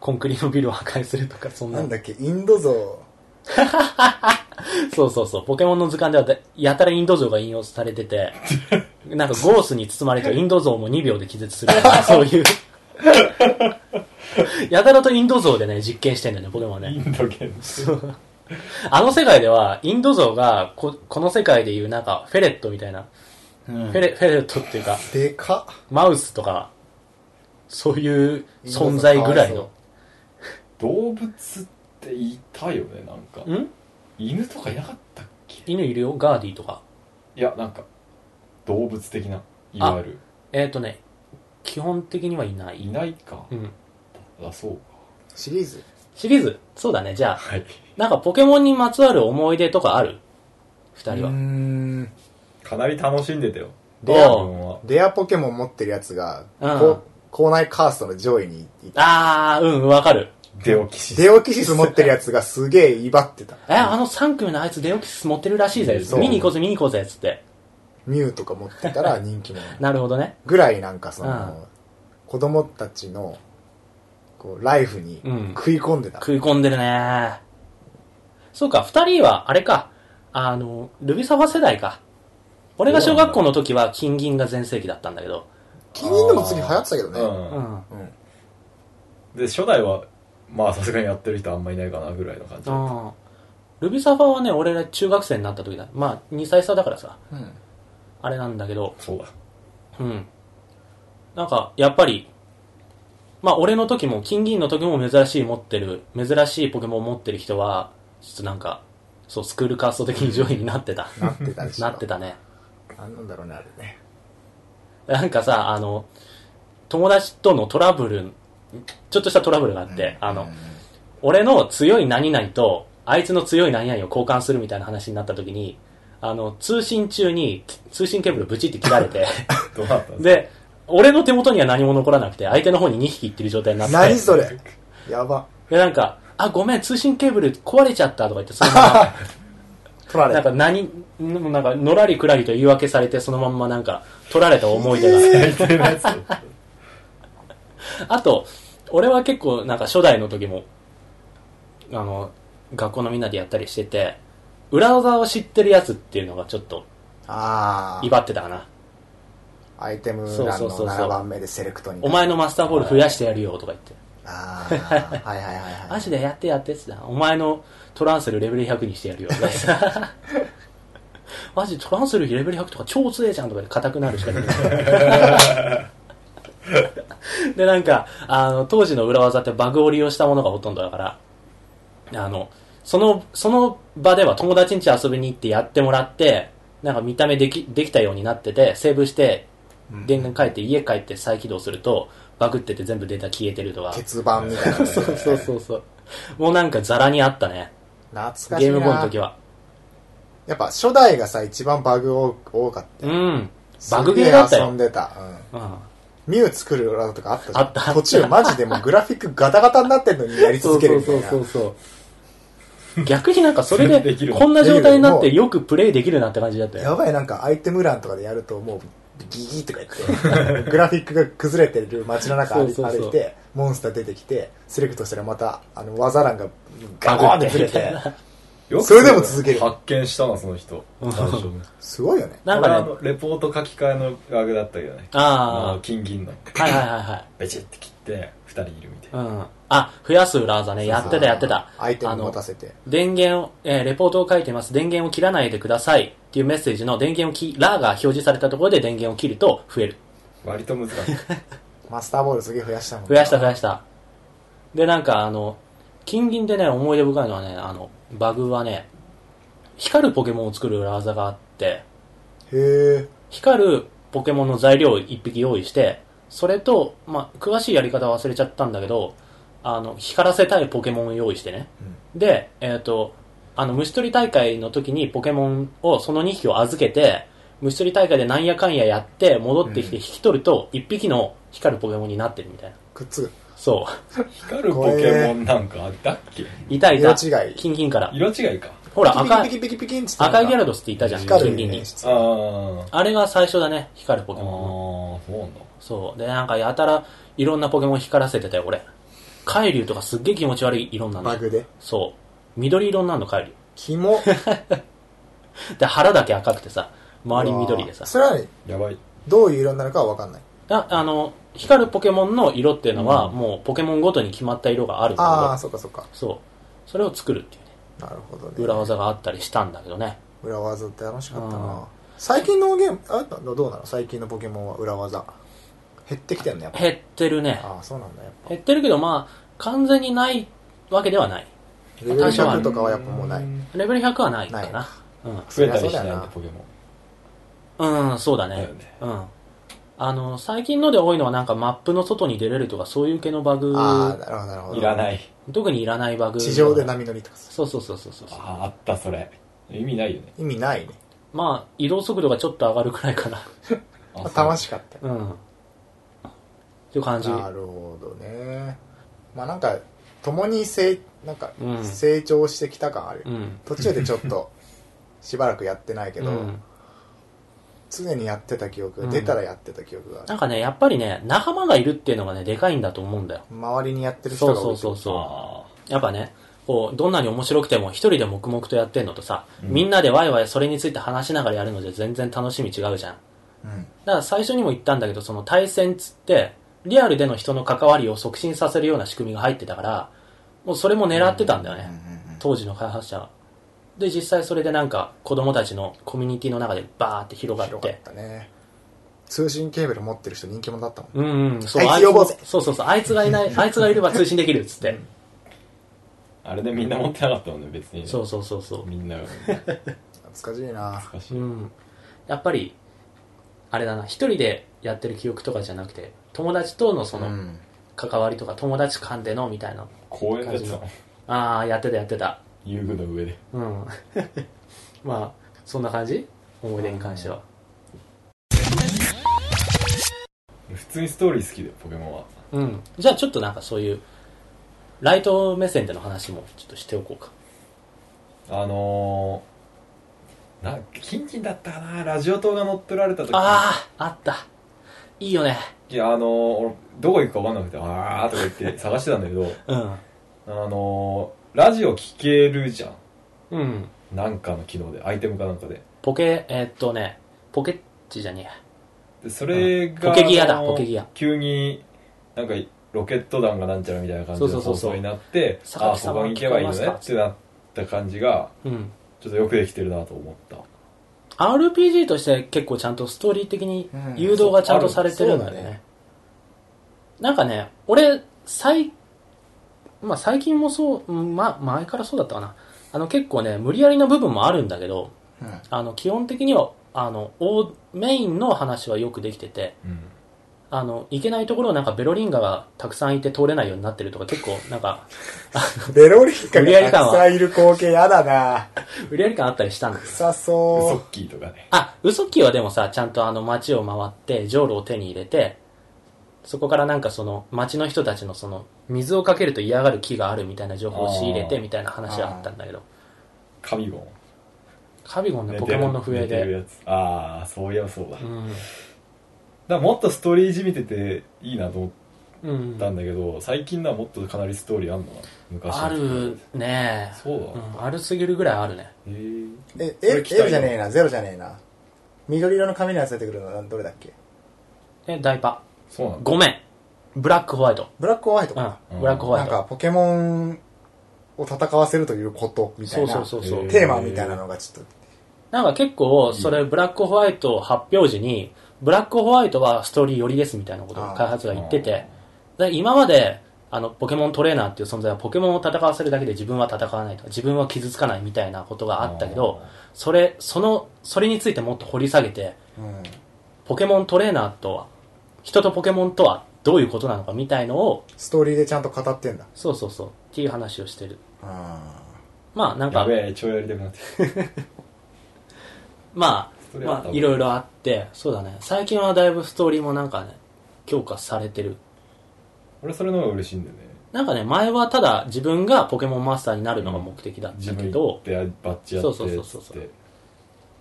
コンクリのビルを破壊するとか、そんな。なんだっけインド像そうそうそう。ポケモンの図鑑ではだやたらインド像が引用されて て、なんかゴースに包まれてインド像も2秒で気絶するとか、そう いう。やたらとインド像でね、実験してんだよね、ポケモンはうねイ。ンド圏あの世界では、インド像がこ、この世界でいうなんか、フェレットみたいな、フェレ、フェレットっていうか、でかっマウスとか、そういう存在ぐらいの。動物っていたよねなんかん犬とかいなかったっけ犬いるよガーディとか。いやなんか動物的ないわゆえっ、ー、とね、基本的にはいなるいい。ないかうん。あそうかシリーズシリーズそうだね。じゃあ、はいなんかポケモンにまつわる思い出とかある二人うーは。んかなり楽しんでたよで自分はレアポケモン持ってるやつが、うんこ校内カーストの上位にいた。あー、うん、わかる。デオキシスデオキシス持ってるやつがすげえ威張ってた。え、あの3組のあいつデオキシス持ってるらしいぜ。そう見に行こうぜ、見に行こうぜ、つって。ミュウとか持ってたら人気者。なるほどね。ぐらいなんかそうんの、子供たちの、こう、ライフにうん食い込んでた。食い込んでるねそうか、二人は、あれか、あの、ルビサワ世代か。俺が小学校の時は金銀が全盛期だったんだけど。金銀でも次流行ってたけどね。う。うんうん。ん。で、初代は、まあさすがにやってる人あんまいないかなぐらいの感じ。うん。ルビサワはね、俺が中学生になった時だ。まあ、2歳差だからさ、うん。あれなんだけど、そうだ。うん。なんか、やっぱり、まあ、俺の時も、金銀の時も珍しい持ってる、珍しいポケモン持ってる人は、ちょっとなんか、そう、スクールカースト的に上位になってた。なってたりして。なって。たね。なんなんだろうね、あれね。なんかさ、あの、友達とのトラブル、ちょっとしたトラブルがあって、あの、俺の強い何々と、あいつの強い何々を交換するみたいな話になった時に、あの、通信中に、通信ケーブルブチって切られて、どうなったんですで、俺の手元には何も残らなくて、相手の方に2匹いってる状態になって。何それやば。で、なんか、あ、ごめん、通信ケーブル壊れちゃったとか言って、そのま取られま、なんかた。何、なんか、のらりくらりと言い訳されて、そのまんまなんか、取られた思い出があって。か最低なやつ。あと、俺は結構なんか初代の時も、あの、学校のみんなでやったりしてて、裏技を知ってるやつっていうのがちょっと、あ威あ。張ってたかな。アイテムそう欄そうのそうそう7番目でセレクトに。お前のマスターボール増やしてやるよとか言って。あ あ。はいはいはいはい。マジでやってやってって言ってたお前のトランセルレベル100にしてやるよとか言ってたマジトランセルレベル100とか超強えじゃんとかで硬くなるしかできないでなんかあの当時の裏技ってバグを利用したものがほとんどだからあのそのその場では友達ん家遊びに行ってやってもらってなんか見た目できできたようになっててセーブして電源変えて家帰って再起動するとバグってて全部データ消えてるとか鉄板みたいな。そうそうそうそう。もうなんかザラにあったね。懐かしいな。ゲームボーイの時は。やっぱ初代がさ、一番バグ多多かったうよ。ん。バグゲーだったすげえ遊よん。でた。うんうん。ミュウ作る裏とかあったじゃん。あったあった途中マジでもうグラフィックガタガタになってんのにやりそ続うけそうるみたそいうな。そうそう。逆になんかそれできで、るこんな状態になってよくプレイできるなって感じだったやよ。ばい、なんかアイテム欄とかでやるともうギギとか言って、グラ フィックが崩れてる街の中歩いそうそうそう歩いて、モンスター出てきて、セレクトしたらまた、あの、技欄がガコーンってずれて、よくそれでも続ける発見したな、その人。うん最初ね。すごいよね。 なん俺かあね、のレポート書き換えのバグだったけどね。ああの、金銀の。あ、はいはいはいはい。ベチって切って、二人いるみたいな。うん。あ、増やす裏技ね。やってたやってた。アイテムあの持たせて。電源を、えーレポートを書いています。電源を切らないでください。っていうメッセージの電源を切らが表示されたところで電源を切ると増える。割と 難しい。マスターボールすげえ増やしたもん増やした増やしたでなんかあの金銀でね思い出深いのはねあのバグはね光るポケモンを作る裏技があってへえ。光るポケモンの材料を1匹用意してそれと、まあ、詳しいやり方は忘れちゃったんだけどあの光らせたいポケモンを用意してね、で、えっとあの虫取り大会の時にポケモンをその2匹を預けて虫取り大会でなんやかんややって戻ってきて引き取ると1匹の光るポケモンになってるみたいなくっつく。そう光るポケモンなんかあったっけいたいた。色違いキンキンから。色違いか。ほら、赤ピい、キピキピキピキンっつってなんか赤いギャラドスっていたじゃん、光キるンキンねに。ああ。あれが最初だね、光るポああケモンの。ー、そうなんだ。そう。で、なんかやたら、いろんなポケモン光らせてたよ、俺。海竜とかすっげえ気持ち悪い色になるのバグで。そう。緑色になるの、海竜。キモ。で、腹だけ赤くてさ、 周り緑でさ。それはね、やばい。どういう色になるかは分かんない。ああの、光るポケモンの色っていうのは、うんもうポケモンごとに決まった色があるんああ、だそっかそっかけ。ど、そう。それを作るっていうね、なるほどね。裏技があったりしたんだけどね。裏技って楽しかったうんな最近のゲームあどうなの最近のポケモンは裏技減ってきてんのやっぱ減ってるね。ああそうなんだやっぱ減ってるけど、まあ、完全にないわけではない。レベル多少は100とかはやっぱもうないレベル100はないかないな。増えたりしないんそりゃそうだよだな、ポケモン。うん。うん、そうだだねよ。ねうん。あの、最近ので多いのはなんかマップの外に出れるとかそういう系のバグ、ああなるほどなるほどいらない。特にいらないバグ。地上で波乗りとかさそうそうそうそうそう。ああ、あった、それ。意味ないよね。意味ないねまあ、移動速度がちょっと上がるくらいかな。あまあそう楽しかったようん。っていう感じ。なるほどねまあなんか共にせなんかうん成長してきた感あるよ、うん。途中でちょっとしばらくやってないけど、うん常にやってた記憶が出たらやってた記憶があるなんかね、やっぱりね、仲間がいるっていうのがね、でかいんだと思うんだよ。周りにやってる人そがう多いそうってことそうそう。あやっぱね、こう、どんなに面白くても一人で黙々とやってんのとさ、うんみんなでワイワイそれについて話しながらやるのじゃ全然楽しみ違うじゃん。うんだから最初にも言ったんだけど、その対戦つって、リアルでの人の関わりを促進させるような仕組みが入ってたから、もうそれも狙ってたんだようんね。当時の開発者は。で、実際それでなんか子供たちのコミュニティの中でバーって広がっ、広かってたね通信ケーブル持ってる人人気者だったもんうんうん、そう、あいつつ呼ぼうぜそうそうそう、あいつがいない、あいつがいれば通信できるっつって。あれでみんな持ってなかったもんね別にねそうそうそうそう。みんな が懐かしいな懐かしういん、やっぱりあれだな一人でやってる記憶とかじゃなくて友達とのそうのん関わりとか、友達間でのみたいな公園でやってたのああやってたやってた遊具の上でうん まあそんな感じ思い出に関しては普通にストーリー好きだよポケモンはうんじゃあちょっとなんかそういうライト目線での話もちょっとしておこうかあのー、なキンキンだったかなラジオ塔が乗っ取られた時あああったいいよねいやあのー、俺どこ行くか分かんなくてあーとか言って探してたんだけどうんあのー、ラジオ聞けるじゃうんんなんかの機能でアイテムかなんかでポケえーっとねポケッチじゃねえやでそれが、うんポケギアだあのーポケギア急になんかロケット弾がなんちゃらみたいな感じそのうそう放そうそう送になってあ坂あ木ーさこんこはに行けばいいの聞こえねまってなった感じがうんちょっとよくできてるなと思った RPG として結構ちゃんとストーリー的に誘導がちゃんとされてるんだよね。うんそうあるそうだねなんかね、俺、最、まあ最近もそう、うんまあ前からそうだったかな。あの結構ね、無理やりな部分もあるんだけど、うんあの基本的には、あの、大メインの話はよくできてて、うんあの、行けないところをなんかベロリンガがたくさんいて通れないようになってるとか結構なんか、 ベロリンカ無理やりが感たはくさんいる光景やだな無理やり感あったりしたんです。臭ウソそッキーとかねあ、ウソッキーはでもさ、ちゃんとあの街を回って、ジョールを手に入れて、そこからなんかその街の人たちのその水をかけると嫌がる木があるみたいな情報を仕入れてあーみたいな話はあったんだけど、カビゴンカビゴンのポケモンの笛寝てるで、やつああそういやそうだ、うだかん、らもっとストーリーじみてていいなと思うったんん、だけど、最近のはもっとかなりストーリーあんのな昔のあるねそうだ、うん、あるすぎるぐらいあるね。へーうえ、それえ、期待 L じゃねえな、ゼロじゃねえな。緑色の髪のやつ出てくるのはどれだっけえ、ダイパ。そうなんだごめん。ブラックホワイト。ブラックホワイトうかん、うんブラックホワなイんト。かポケモンを戦わせるということみたそいうそなうそうそうへ。テーマみたいなのがちょっなんか結構、それ、ブラックホワイト発表時に、ブラックホワイトはストーリー寄りですみたいなことを開発が言ってて、で今まで、あの、ポケモントレーナーっていう存在はポケモンを戦わせるだけで自分は戦わないとか、自分は傷つかないみたいなことがあったけど、それ、その、それについてもっと掘り下げて、と、うん、ポケモントレーナーとは、人とポケモンとはどういうことなのかみたいのを、ストーリーでちゃんと語ってんだ。そうそうそう、っていう話をしてる。あまあなんやか、べえ超やりたくなってきたまあ、それはま多あ、分いろいろあって、そうだね。最近はだいぶストーリーもなんかね、強化されてる。俺それの方が嬉しいんだよねなんかね、前はただ自分がポケモンマスターになるのが目的だった自け分ど行っ、てバッチやそっうそうてそうっそうつって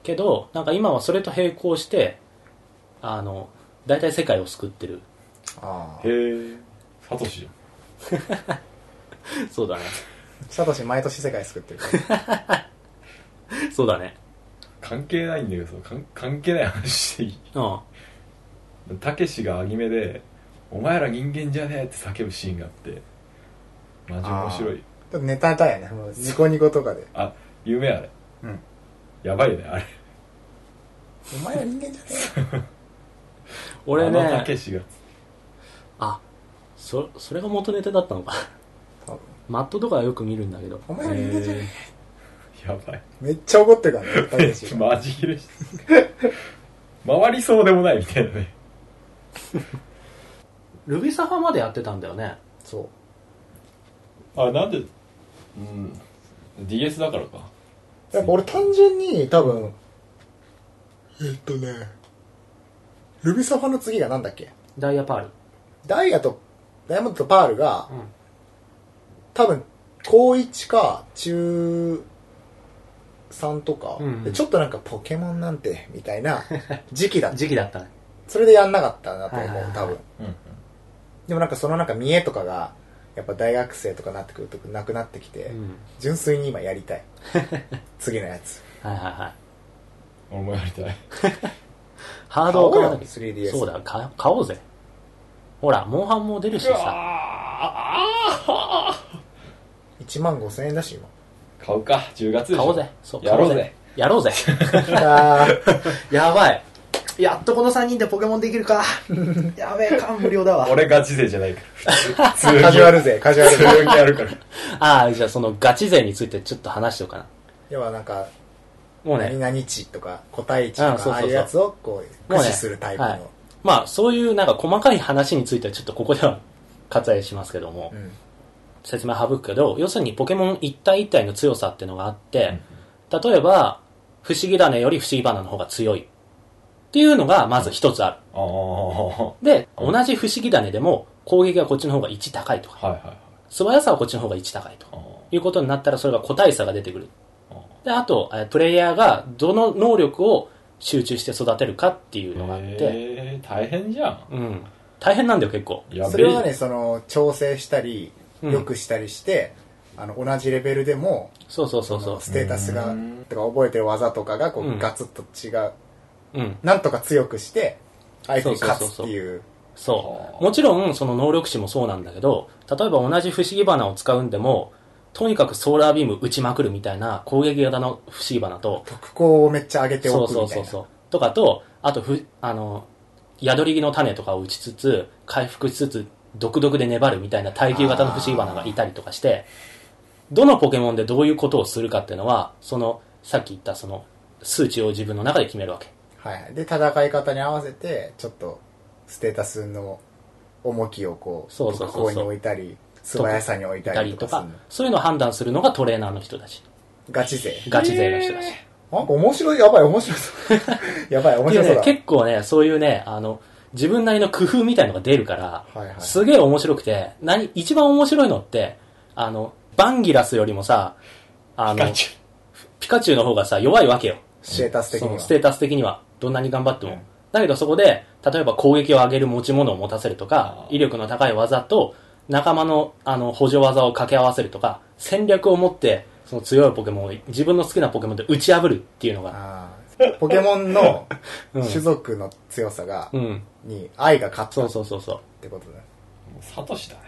けど、なんか今はそれと並行して、あの、大体世界を救ってる。ーあー。へえサトシじゃ そうだね。サトシ毎年世界救ってるから。そうだね。ん関係ないんだけどその関関係ない話していいうん。たけしがアニメで「お前ら人間じゃねえ」って叫ぶシーンがあってマジ面白いちょっとネタたいよね。もうニコニコとかで。あ夢あれうん。やばいよねあれお前は人間じゃねえよ。俺あのたけね、しがあ、そ、それが元ネタだったのか。 多分マットとかはよく見るんだけど。お前は人間じゃねやばい え。めっちゃ怒ってるからね、たけしが マジ切れして回りそうでもないみたいなねルビサファまでやってたんだよね。そう。あなんでうん DS だからかやっぱ俺単純に多分、えっとね、ルビサファの次がなんだっけダイヤパール。ダイヤと、ダイヤモンドとパールが、うん多分、高1か中3とか、うんでちょっとなんかポケモンなんて、みたいな時期だった。時期だったね。それでやんなかったなと思はいはいうは、い多分。うんでもなんかそのなんか見栄とかが、やっぱ大学生とかなってくるとなくなってきて、うん。純粋に今やりたい次のやつはいはいはい。俺もやりたい。ハードを買わなきゃ。買おうよ 3DS そうだ、買買おうぜ。ほら、モンハンも出るしうわさ。あ1万5000円だし今買うか、10月でしょ買おうぜ。そう、やろうぜ。やろうぜ。あーやばい。やっとこの3人でポケモンできる かやべえ感無量だわ俺ガチ勢じゃない から。普通にカジュアル勢カジュアル普勢通にやるから。ああ、じゃあそのガチ勢についてちょっと話しようかな。要はなんかもう何ね、々値とか個体値とうかんそうそうそうああいうやつをこうもう駆ね使するタイプはいのまあそういうなんか細かい話についてはちょっとここでは割愛しますけども、うん説明省くけど、要するにポケモン一体一体の強さっていうのがあって、例えば、不思議種より不思議花の方が強い。っていうのがまず一つある。ああ、はで、うん同じ不思議種でも攻撃はこっちの方が1高いとか、いはいはい。素早さはこっちの方が1高いとあいうことになったらそれが個体差が出てくるああ。で、あと、えープレイヤーがどの能力を集中して育てるかっていうのがあって、えー、大変じゃん。うん。大変なんだよ結構。やべえ。それはねその調整したりうん良くしたりして、あの同じレベルでもそうそうそうそそのステータスがうんとか覚えてる技とかがこううんガツッと違う。う、うん。なんとか強くして相手にそうそ勝うそうそつっうていうそう。もちろん、その能力値もそうなんだけど、例えば同じ不思議花を使うんでも、とにかくソーラービーム打ちまくるみたいな攻撃型の不思議花と、特攻をめっちゃ上げてそおうくそみうたいそうなそう。とかと、あとふ、あの、宿り木の種とかを打ちつつ、回復しつつ、独特で粘るみたいな耐久型の不思議花がいたりとかして、どのポケモンでどういうことをするかっていうのは、その、さっき言ったその、数値を自分の中で決めるわけ。はい、で戦い方に合わせてちょっとステータスの重きをこうそうそうそうそう特攻に置いたり素早さに置いいたたりりととかかするの、そういうのを判断するのがトレーナーの人たち。ガチ勢ガチ勢の人たち。なんか面白いやばい面白そう やばい面っていう白そうねだ、、結構ね、そういうね、あの、自分なりの工夫みたいのが出るから、はいはいすげえ面白くて、何、一番面白いのって、あの、バンギラスよりもさ、あの、ガチピカチュウの方がさ、弱いわけよ。ステータス的そにはのステータス的には。どんなに頑張っても。うんだけどそこで、例えば攻撃を上げる持ち物を持たせるとかあ、ー威力の高い技と、仲間の、あの、補助技を掛け合わせるとか、戦略を持って、その強いポケモンを、自分の好きなポケモンで打ち破るっていうのが、あーポケモンのうん種族の強さが、うん。に愛が勝ったそうっそうそうそう。てことだねもうサトシだね。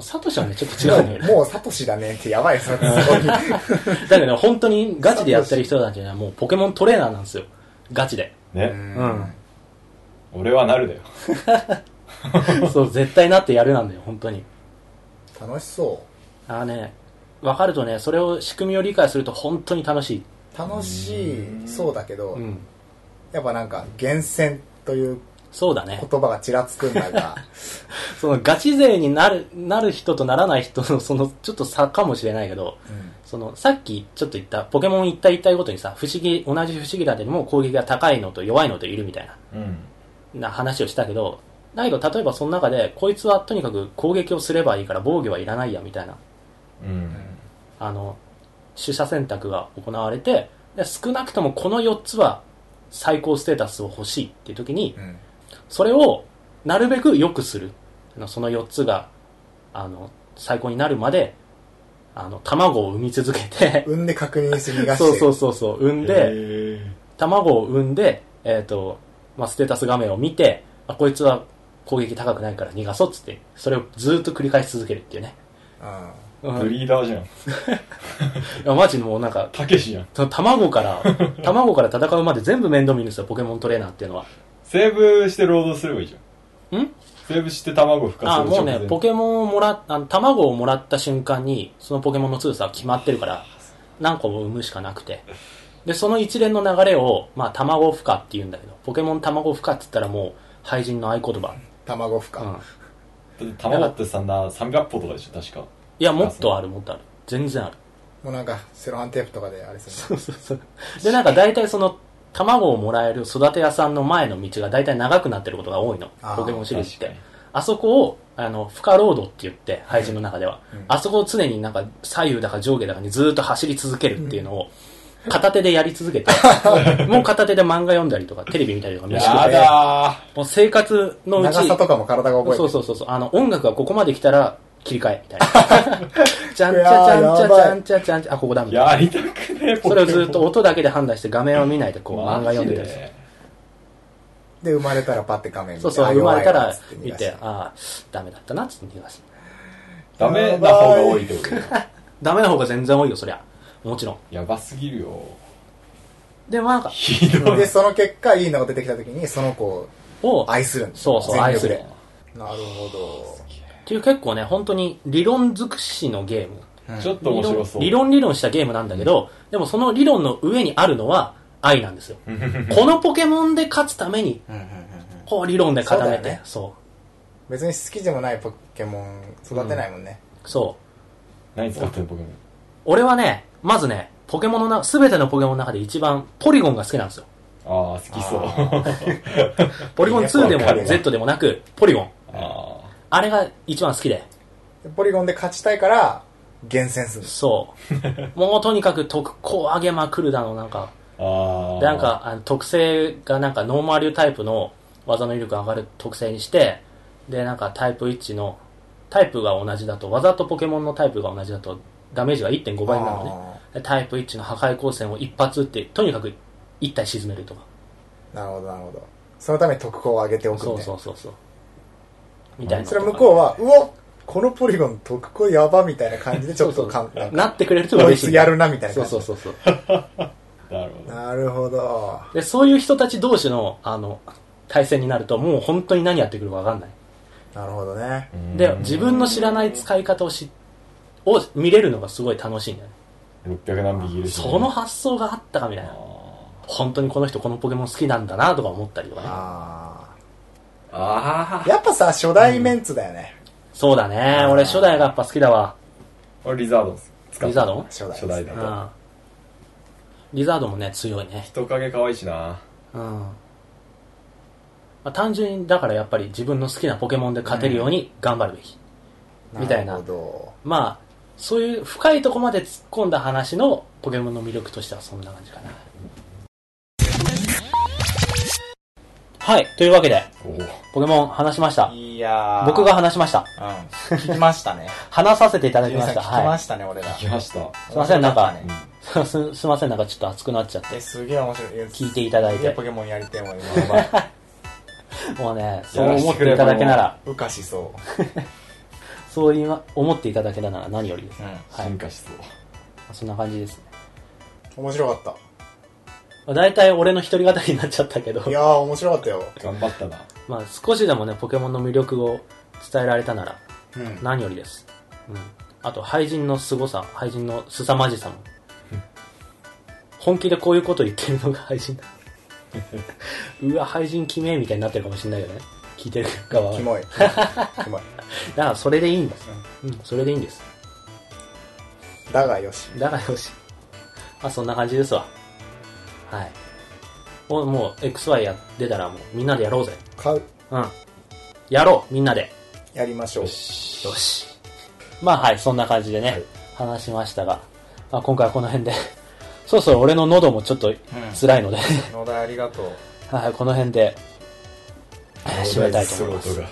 サトシはね、ちょっと違うんだよね。もうもうサトシだねってやばいそれすごいだけどね、本当にガチでやってる人たちにはもうポケモントレーナーなんですよ。ガチで。うね。んうん。俺はなるだよ。そう、絶対なってやるなんだよ、本当に。楽しそああね、わかるとね、それを、仕組みを理解すると本当に楽しい。う楽しいそうだけど、うん。やっぱなんか厳選という そうだね。言葉がちらつくん だがそのガチ勢になる、なる人とならない人のその ちょっと差かもしれないけど、うんそのさっきちょっと言ったポケモン一体一体ごとにさ、不思議、同じ不思議だけでも攻撃が高いのと弱いのといるみたいな。うん。な話をしたけど、だけど例えばその中で、こいつはとにかく攻撃をすればいいから防御はいらないやみたいな、うん。あの、取捨選択が行われて、で少なくともこの4つは最高ステータスを欲しいっていう時にう、んそれをなるべく良くする。あのその4つが、あの、最高になるまで、あの、卵を産み続けて、産んで確認して逃がしてそうそうそうそう、産んで、で、卵を産んで、えっ、と、まあ、ステータス画面を見て、あ、こいつは攻撃高くないから逃がそうっつって、それをずっと繰り返し続けるっていうね。うんうんブいリーダーじゃん。や、マジもうなんか、たけしじゃん。その卵から、卵から戦うまで全部面倒見るんですよ、ポケモントレーナーっていうのは。セーブして労働すればいいじゃん。んセーブして卵孵化あ、する直もう前ね、ポケモンをもら、あの卵をもらった瞬間に、そのポケモンの強さは決まってるから、何個も産むしかなくて。で、その一連の流れを、まあ、卵孵化って言うんだけど、ポケモン卵孵化って言ったらもう、廃人の合言葉。卵孵化、うん。だって卵ってさ、な、300歩とかでしょ、確か。いや、もっとある、もっとある。全然ある。もうなんかセロハンテープとかであれするで、なんか大体その、卵をもらえる育て屋さんの前の道が大体長くなってることが多いのあ。ーポケモンシリーズっ確かてに。あそこを、あの、負荷ロードって言って、配信の中では。うんあそこを常になんか左右だか上下だかにずーっと走り続けるっていうのを、片手でやり続けて、もう片手で漫画読んだりとか、テレビ見たりとかや飯食う。だもう生活のうち、長さとかも体が覚えてるそうそうそうそう。あの、音楽がここまで来たら、切り替え、みたいな。じゃんちゃちゃんちゃちゃんちゃちゃんちゃ、あ、ここだ、みたいな。やりたくねえそれをずっと音だけで判断して画面を見ないでこう漫画読んでたりする。で、生まれたらパッて画面見てそうそう、あ生まれた弱いわらっつって逃見、がしてああ、ダメだったなっつって逃がす。ダメな方が多いってことだよダメな方が全然多いよ、そりゃ。もちろん。やばすぎるよでもなんか、ひどいで、その結果、いいのが出てきた時に、その子をを、っ愛するんだそうそう全力愛するでなるほど。ていう結構ね、本当に理論尽くしのゲーム。 ちょっと面白そう理論理論したゲームなんだけど、でもその理論の上にあるのは愛なん ですよ。このポケモンで勝つために、こう理論で固めそうだよてね、そ別に好きでもないポケモン育てないもんね。う。そう。何使ってるポケモン俺はね、まずね、ポケモンのな、すべてのポケモンの中で一番ポリゴンが好きなんですよ。ああ好きそうポリゴン2でいやわかるもわ Z でもなく、ポリゴン。あああれが一番好きで。でポリゴンで勝ちたいから、厳選するんです。 そう。もうとにかく特攻上げまくるだの、なんか。ああでなんかあの特性がなんかノーマルタイプの技の威力が上がる特性にしてでなんかタイプ1のタイプが同じだと技とポケモンのタイプが同じだとダメージが1.5倍になるのねあでタイプ1の破壊光線を一発打ってとにかく1体沈めるとかーなるほど、なるほど。そのために特攻を上げておくそんうで。そうそうそうみたいなそれは向こうは、うおこのポリゴン特攻やばみたいな感じで、ちょっとかん、そうそなんうかなってくれるとこい嬉しついやるなみたいなそう感じ。そうそうそうなるほどなるほど。でそういう人たち同士のあの対戦になるともう本当に何やってくるか分かんないなるほどね。で自分の知らない使い方をしを見れるのがすごい楽しいんだよね600何匹いるしねその発想があったかみたいあな本当にこの人このポケモン好きなんだなとか思ったりとかねあーああ。やっぱさ、初代メンツだよね。そうだね俺初代がやっぱ好きだわー俺リザード使っリザードン初代です初代だうとんリザードもね強いね人影可愛いしなうん、まあ、単純にだからやっぱり自分の好きなポケモンで勝てるように頑張るべき、みたいなるほど。まあそういう深いとこまで突っ込んだ話のポケモンの魅力としてはそんな感じかなはいというわけでおおポケモン話しましたいやー僕が、話しましたうん、聞きました ね。話させていただきジュンまさんし聞たきはまいしたね、俺ら。来ましたすいませんなん面か白ったねす すいませんなんかちょっと熱くなっちゃってえ、すげえ面白い。聞いていただいすげえてポケモンやりてえもん、今は。もうねそう思っていただけならうかしそうそういう思っていただけたなら何よりです、。うはい進化しそうそんな感じですね面白かっまあ大体俺の一人語りになっちゃったけどた。いやー、面白かったよ。頑張ったなまあ少しでもねポケモンの魅力を伝えられたならうん。何よりです、うん、あと廃人の凄さ廃人の凄まじさも本気でこういうこと言ってるのが廃人だ うわ廃人きめえみたいになってるかもしれないけどね聞いてる側はだキか モい。キモい。らそれでいいんです、うん、それでいいんですだがよし。だからよしまあそんな感じですわはいおもう XY や出たらもうみんなでやろうぜ買う。うんやろうみんなでやりましょう。よし。まあはい、そんな感じでね、話しましたが、まあ、今回はこの辺で、 そうそう、俺の喉もちょっと辛いので、 ん。野田ありがとう。はい、この辺で、えー締めたいと思います。す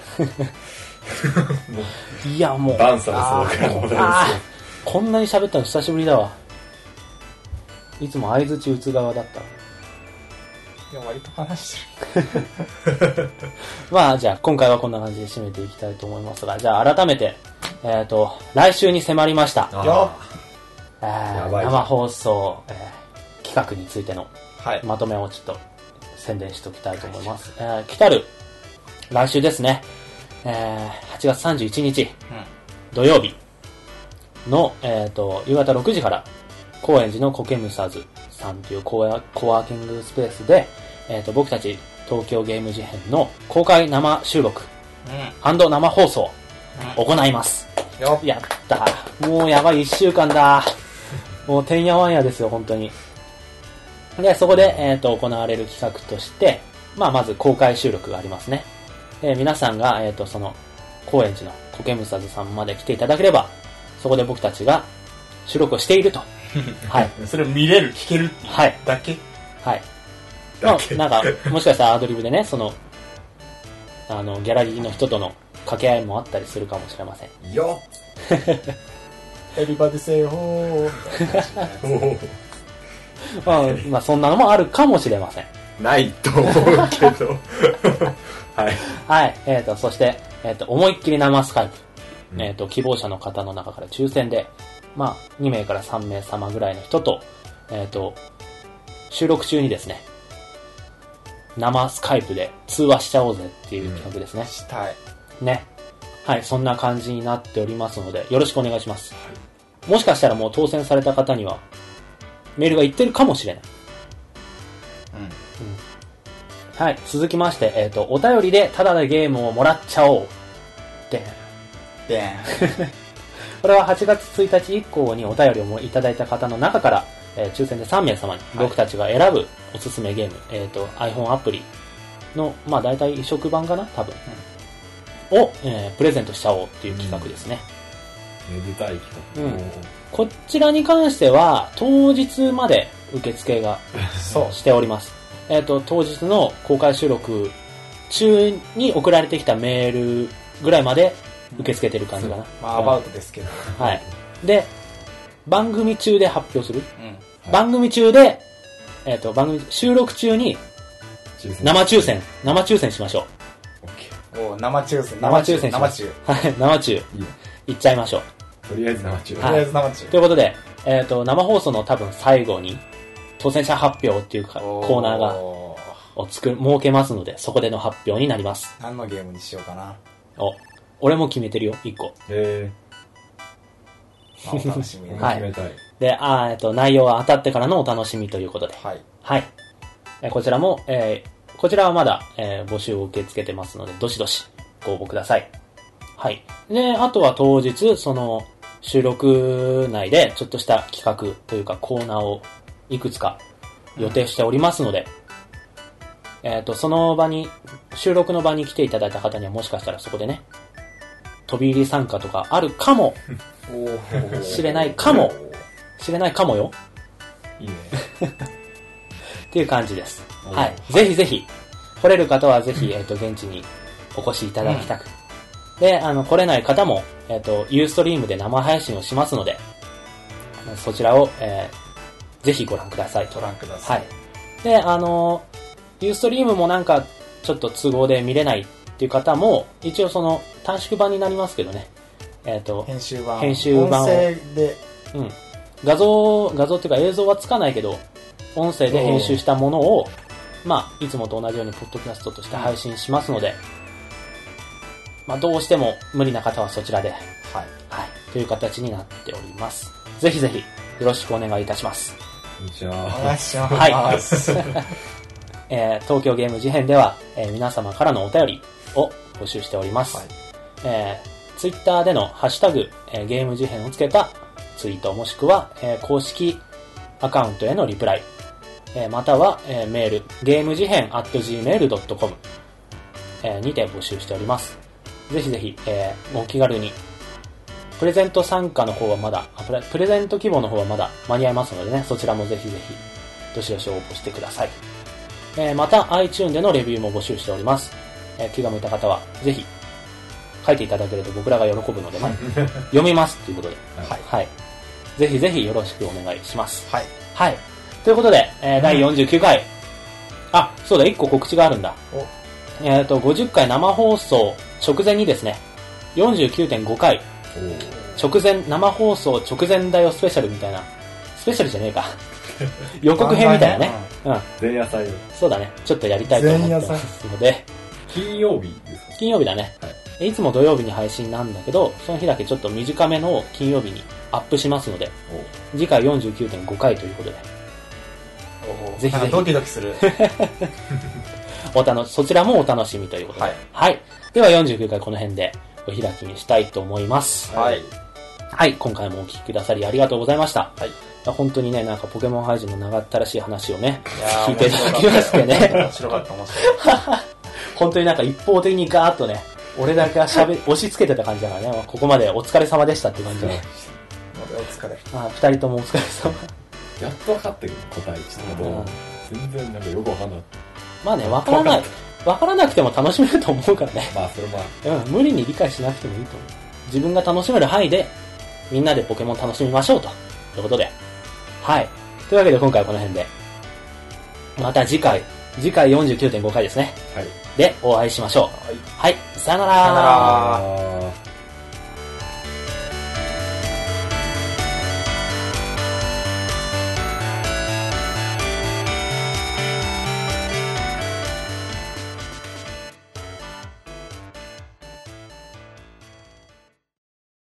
いや、もう、あダンサーそうからもうダンあスー、こんなに喋ったの久しぶりだわ。いつも相槌打つ側だった。いや、割と話してる。まあ、じゃあ、今回はこんな感じで締めていきたいと思いますが、じゃあ、改めて、えっ、と、来週に迫りました、あーよえーやばいぞ生放送、えー企画についてのはい。まとめをちょっと宣伝しておきたいと思います。えー来たる、来週ですね、えー8月31日土曜日の、えー、と夕方6時から、高円寺のコケムサズさんというコワコワーキングスペースで、えー、と僕たち東京ゲーム事変の公開生収録うん。うん。生放送を行います。よやったもうやばい1週間だもうてんやわんやですよ、本当に。で、そこで、えっ、と、行われる企画として、まあ、まず公開収録がありますね。で、皆さんが、えっ、と、その、高円寺のコケムサズさんまで来ていただければ、そこで僕たちが収録をして いると。はい。それ見れる、聞けるはい。だけはい。まあ、なんか、もしかしたらアドリブでね、その、あの、ギャラリーの人との掛け合いもあったりするかもしれません。よエリバディセイホーっおーまあ、まあ、そんなのもあるかもしれません。ないと思うけ どはいはい。えっ、と、そして、えっ、と、思いっきり生スカイプ。うんえっ、と、希望者の方の中から抽選で、まあ、2名から3名様ぐらいの人と、えっ、と、収録中にですね、生スカイプで通話しちゃおうぜっていう企画ですね。したい。ね。はい、そんな感じになっておりますので、よろしくお願いします。もしかしたらもう当選された方には、メールが行ってるかもしれない。うん。はい、続きまして、えっ、と、お便りでタダでゲームをもらっちゃおう。で、でん。これは8月1日以降にお便りをもいただいた方の中から、えー抽選で3名様に僕たちが選ぶおすすめゲーム、えっ、と、iPhone アプリの、まあ大体移植版かな多分。を、えープレゼントしちゃおうっていう企画ですね。めでたい企画、うんおーこちらに関しては、当日まで受付がそう。しております。えっ、と、当日の公開収録中に送られてきたメールぐらいまで受け付けてる感じかな。まあ、アバウトですけど。はい。で、番組中で発表する。うん。はい番組中で、えっ、と、番組、収録中に抽選生抽選、生抽選しましょオッケお生抽選。生抽選生抽。う。はい、生中、ーいいよいっちゃいましょう。とりあえず生中はといりあえず生中。ということで、えっ、と、生放送の多分最後に、当選者発表っていうかコーナーがおーを作る、設けますので、そこでの発表になります。何のゲームにしようか な。お、俺も決めてるよ、一個。えまあ、お楽しみー、に。僕も決めたい、で、あーえっと、内容は当たってからのお楽しみということで。はい。はい。えーこちらも、えーこちらはまだ、えー募集を受け付けてますので、どしどしご応募ください。はい。で、あとは当日、その、収録内で、ちょっとした企画というかコーナーをいくつか予定しておりますので、えっ、と、その場に、収録の場に来ていただいた方にはもしかしたらそこでね、飛び入り参加とかあるかも おお。知れないかもしれないかもよいいねっていう感じです。うんはい。ぜひぜひ、来れる方はぜひ、えっ、と、現地にお越しいただきたく。で、あの、来れない方も、えっ、と、ユーストリームで生配信をしますので、あのそちらを、えーぜひご覧くださいと。ご覧くだはさいい。。で、あの、ユーストリームもなんか、ちょっと都合で見れないっていう方も、一応その、短縮版になりますけどね。えっ、と、編集版。編集版を音声で、うん。画像、画像っていうか映像はつかないけど、音声で編集したものを、まあ、いつもと同じようにポッドキャストとして配信しますので、まあ、どうしても無理な方はそちらで、はい、はい。という形になっております。ぜひぜひ、よろしくお願いいたします。じゃおあ願いします。はえー東京ゲーム事変では、えー皆様からのお便りを募集しております。はいえー、ツイッターでのハッシュタグ、えーゲーム事変をつけたツイートもしくは、えー公式アカウントへのリプライ、えーまたは、えーメール、ゲーム事変 at gmail.com、えーにて募集しております。ぜひぜひ、えーお気軽に、プレゼント参加の方はまだ、あプレプレゼント規模の方はまだ間に合いますのでね、そちらもぜひぜひ、どしどし応募してください。えーまた iTune でのレビューも募集しております。えー気が向いた方は、ぜひ、書いていただけると僕らが喜ぶので ね、読みますということで、はい。はい。ぜひぜひよろしくお願いします。はい。はい。ということで、えー第49回、あ、そうだ、1個告知があるんだ。えっ、と、50回生放送直前にですね、49.5回おー直前、生放送直前だよスペシャルみたいな、スペシャルじゃね えか。予告編みたいなね。うん。前夜祭そうだね。ちょっとやりたいと思ってますので、金曜日ですか金曜日だね、。はいつも土曜日に配信なんだけど、その日だけちょっと短めのを金曜日にアップしますので、おー次回49.5回ということで、おお。ぜひぜひなんかドキドキす る。お楽し、そちらもお楽しみということで。はい。はい。では49回この辺でお開きにしたいと思います。はいはい。今回もお聞きくださりありがとうございました。はい。本当にね、なんかポケモン配信の長ったらしい話をね、やー聞いていただきましてね面。白かった、面白かっ本当になんか一方的にガーッとね、俺だけは喋、押し付けてた感じだからね、ここまでお疲れ様でしたって感じで。た。お疲れ。まあ、二人ともお疲れ様。やっと分かってくる答えちょっとうん全然なんかよく分かんなかっまあね、わからない。分からなくても楽しめると思うからね。まあそれもあるうん、無理に理解しなくてもいいと思う。自分が楽しめる範囲で、みんなでポケモン楽しみましょうと。ということで。はい。というわけで今回はこの辺で。また次回、次回49.5回ですね。はいで、お会いしましょう。はい。さよならさよならあー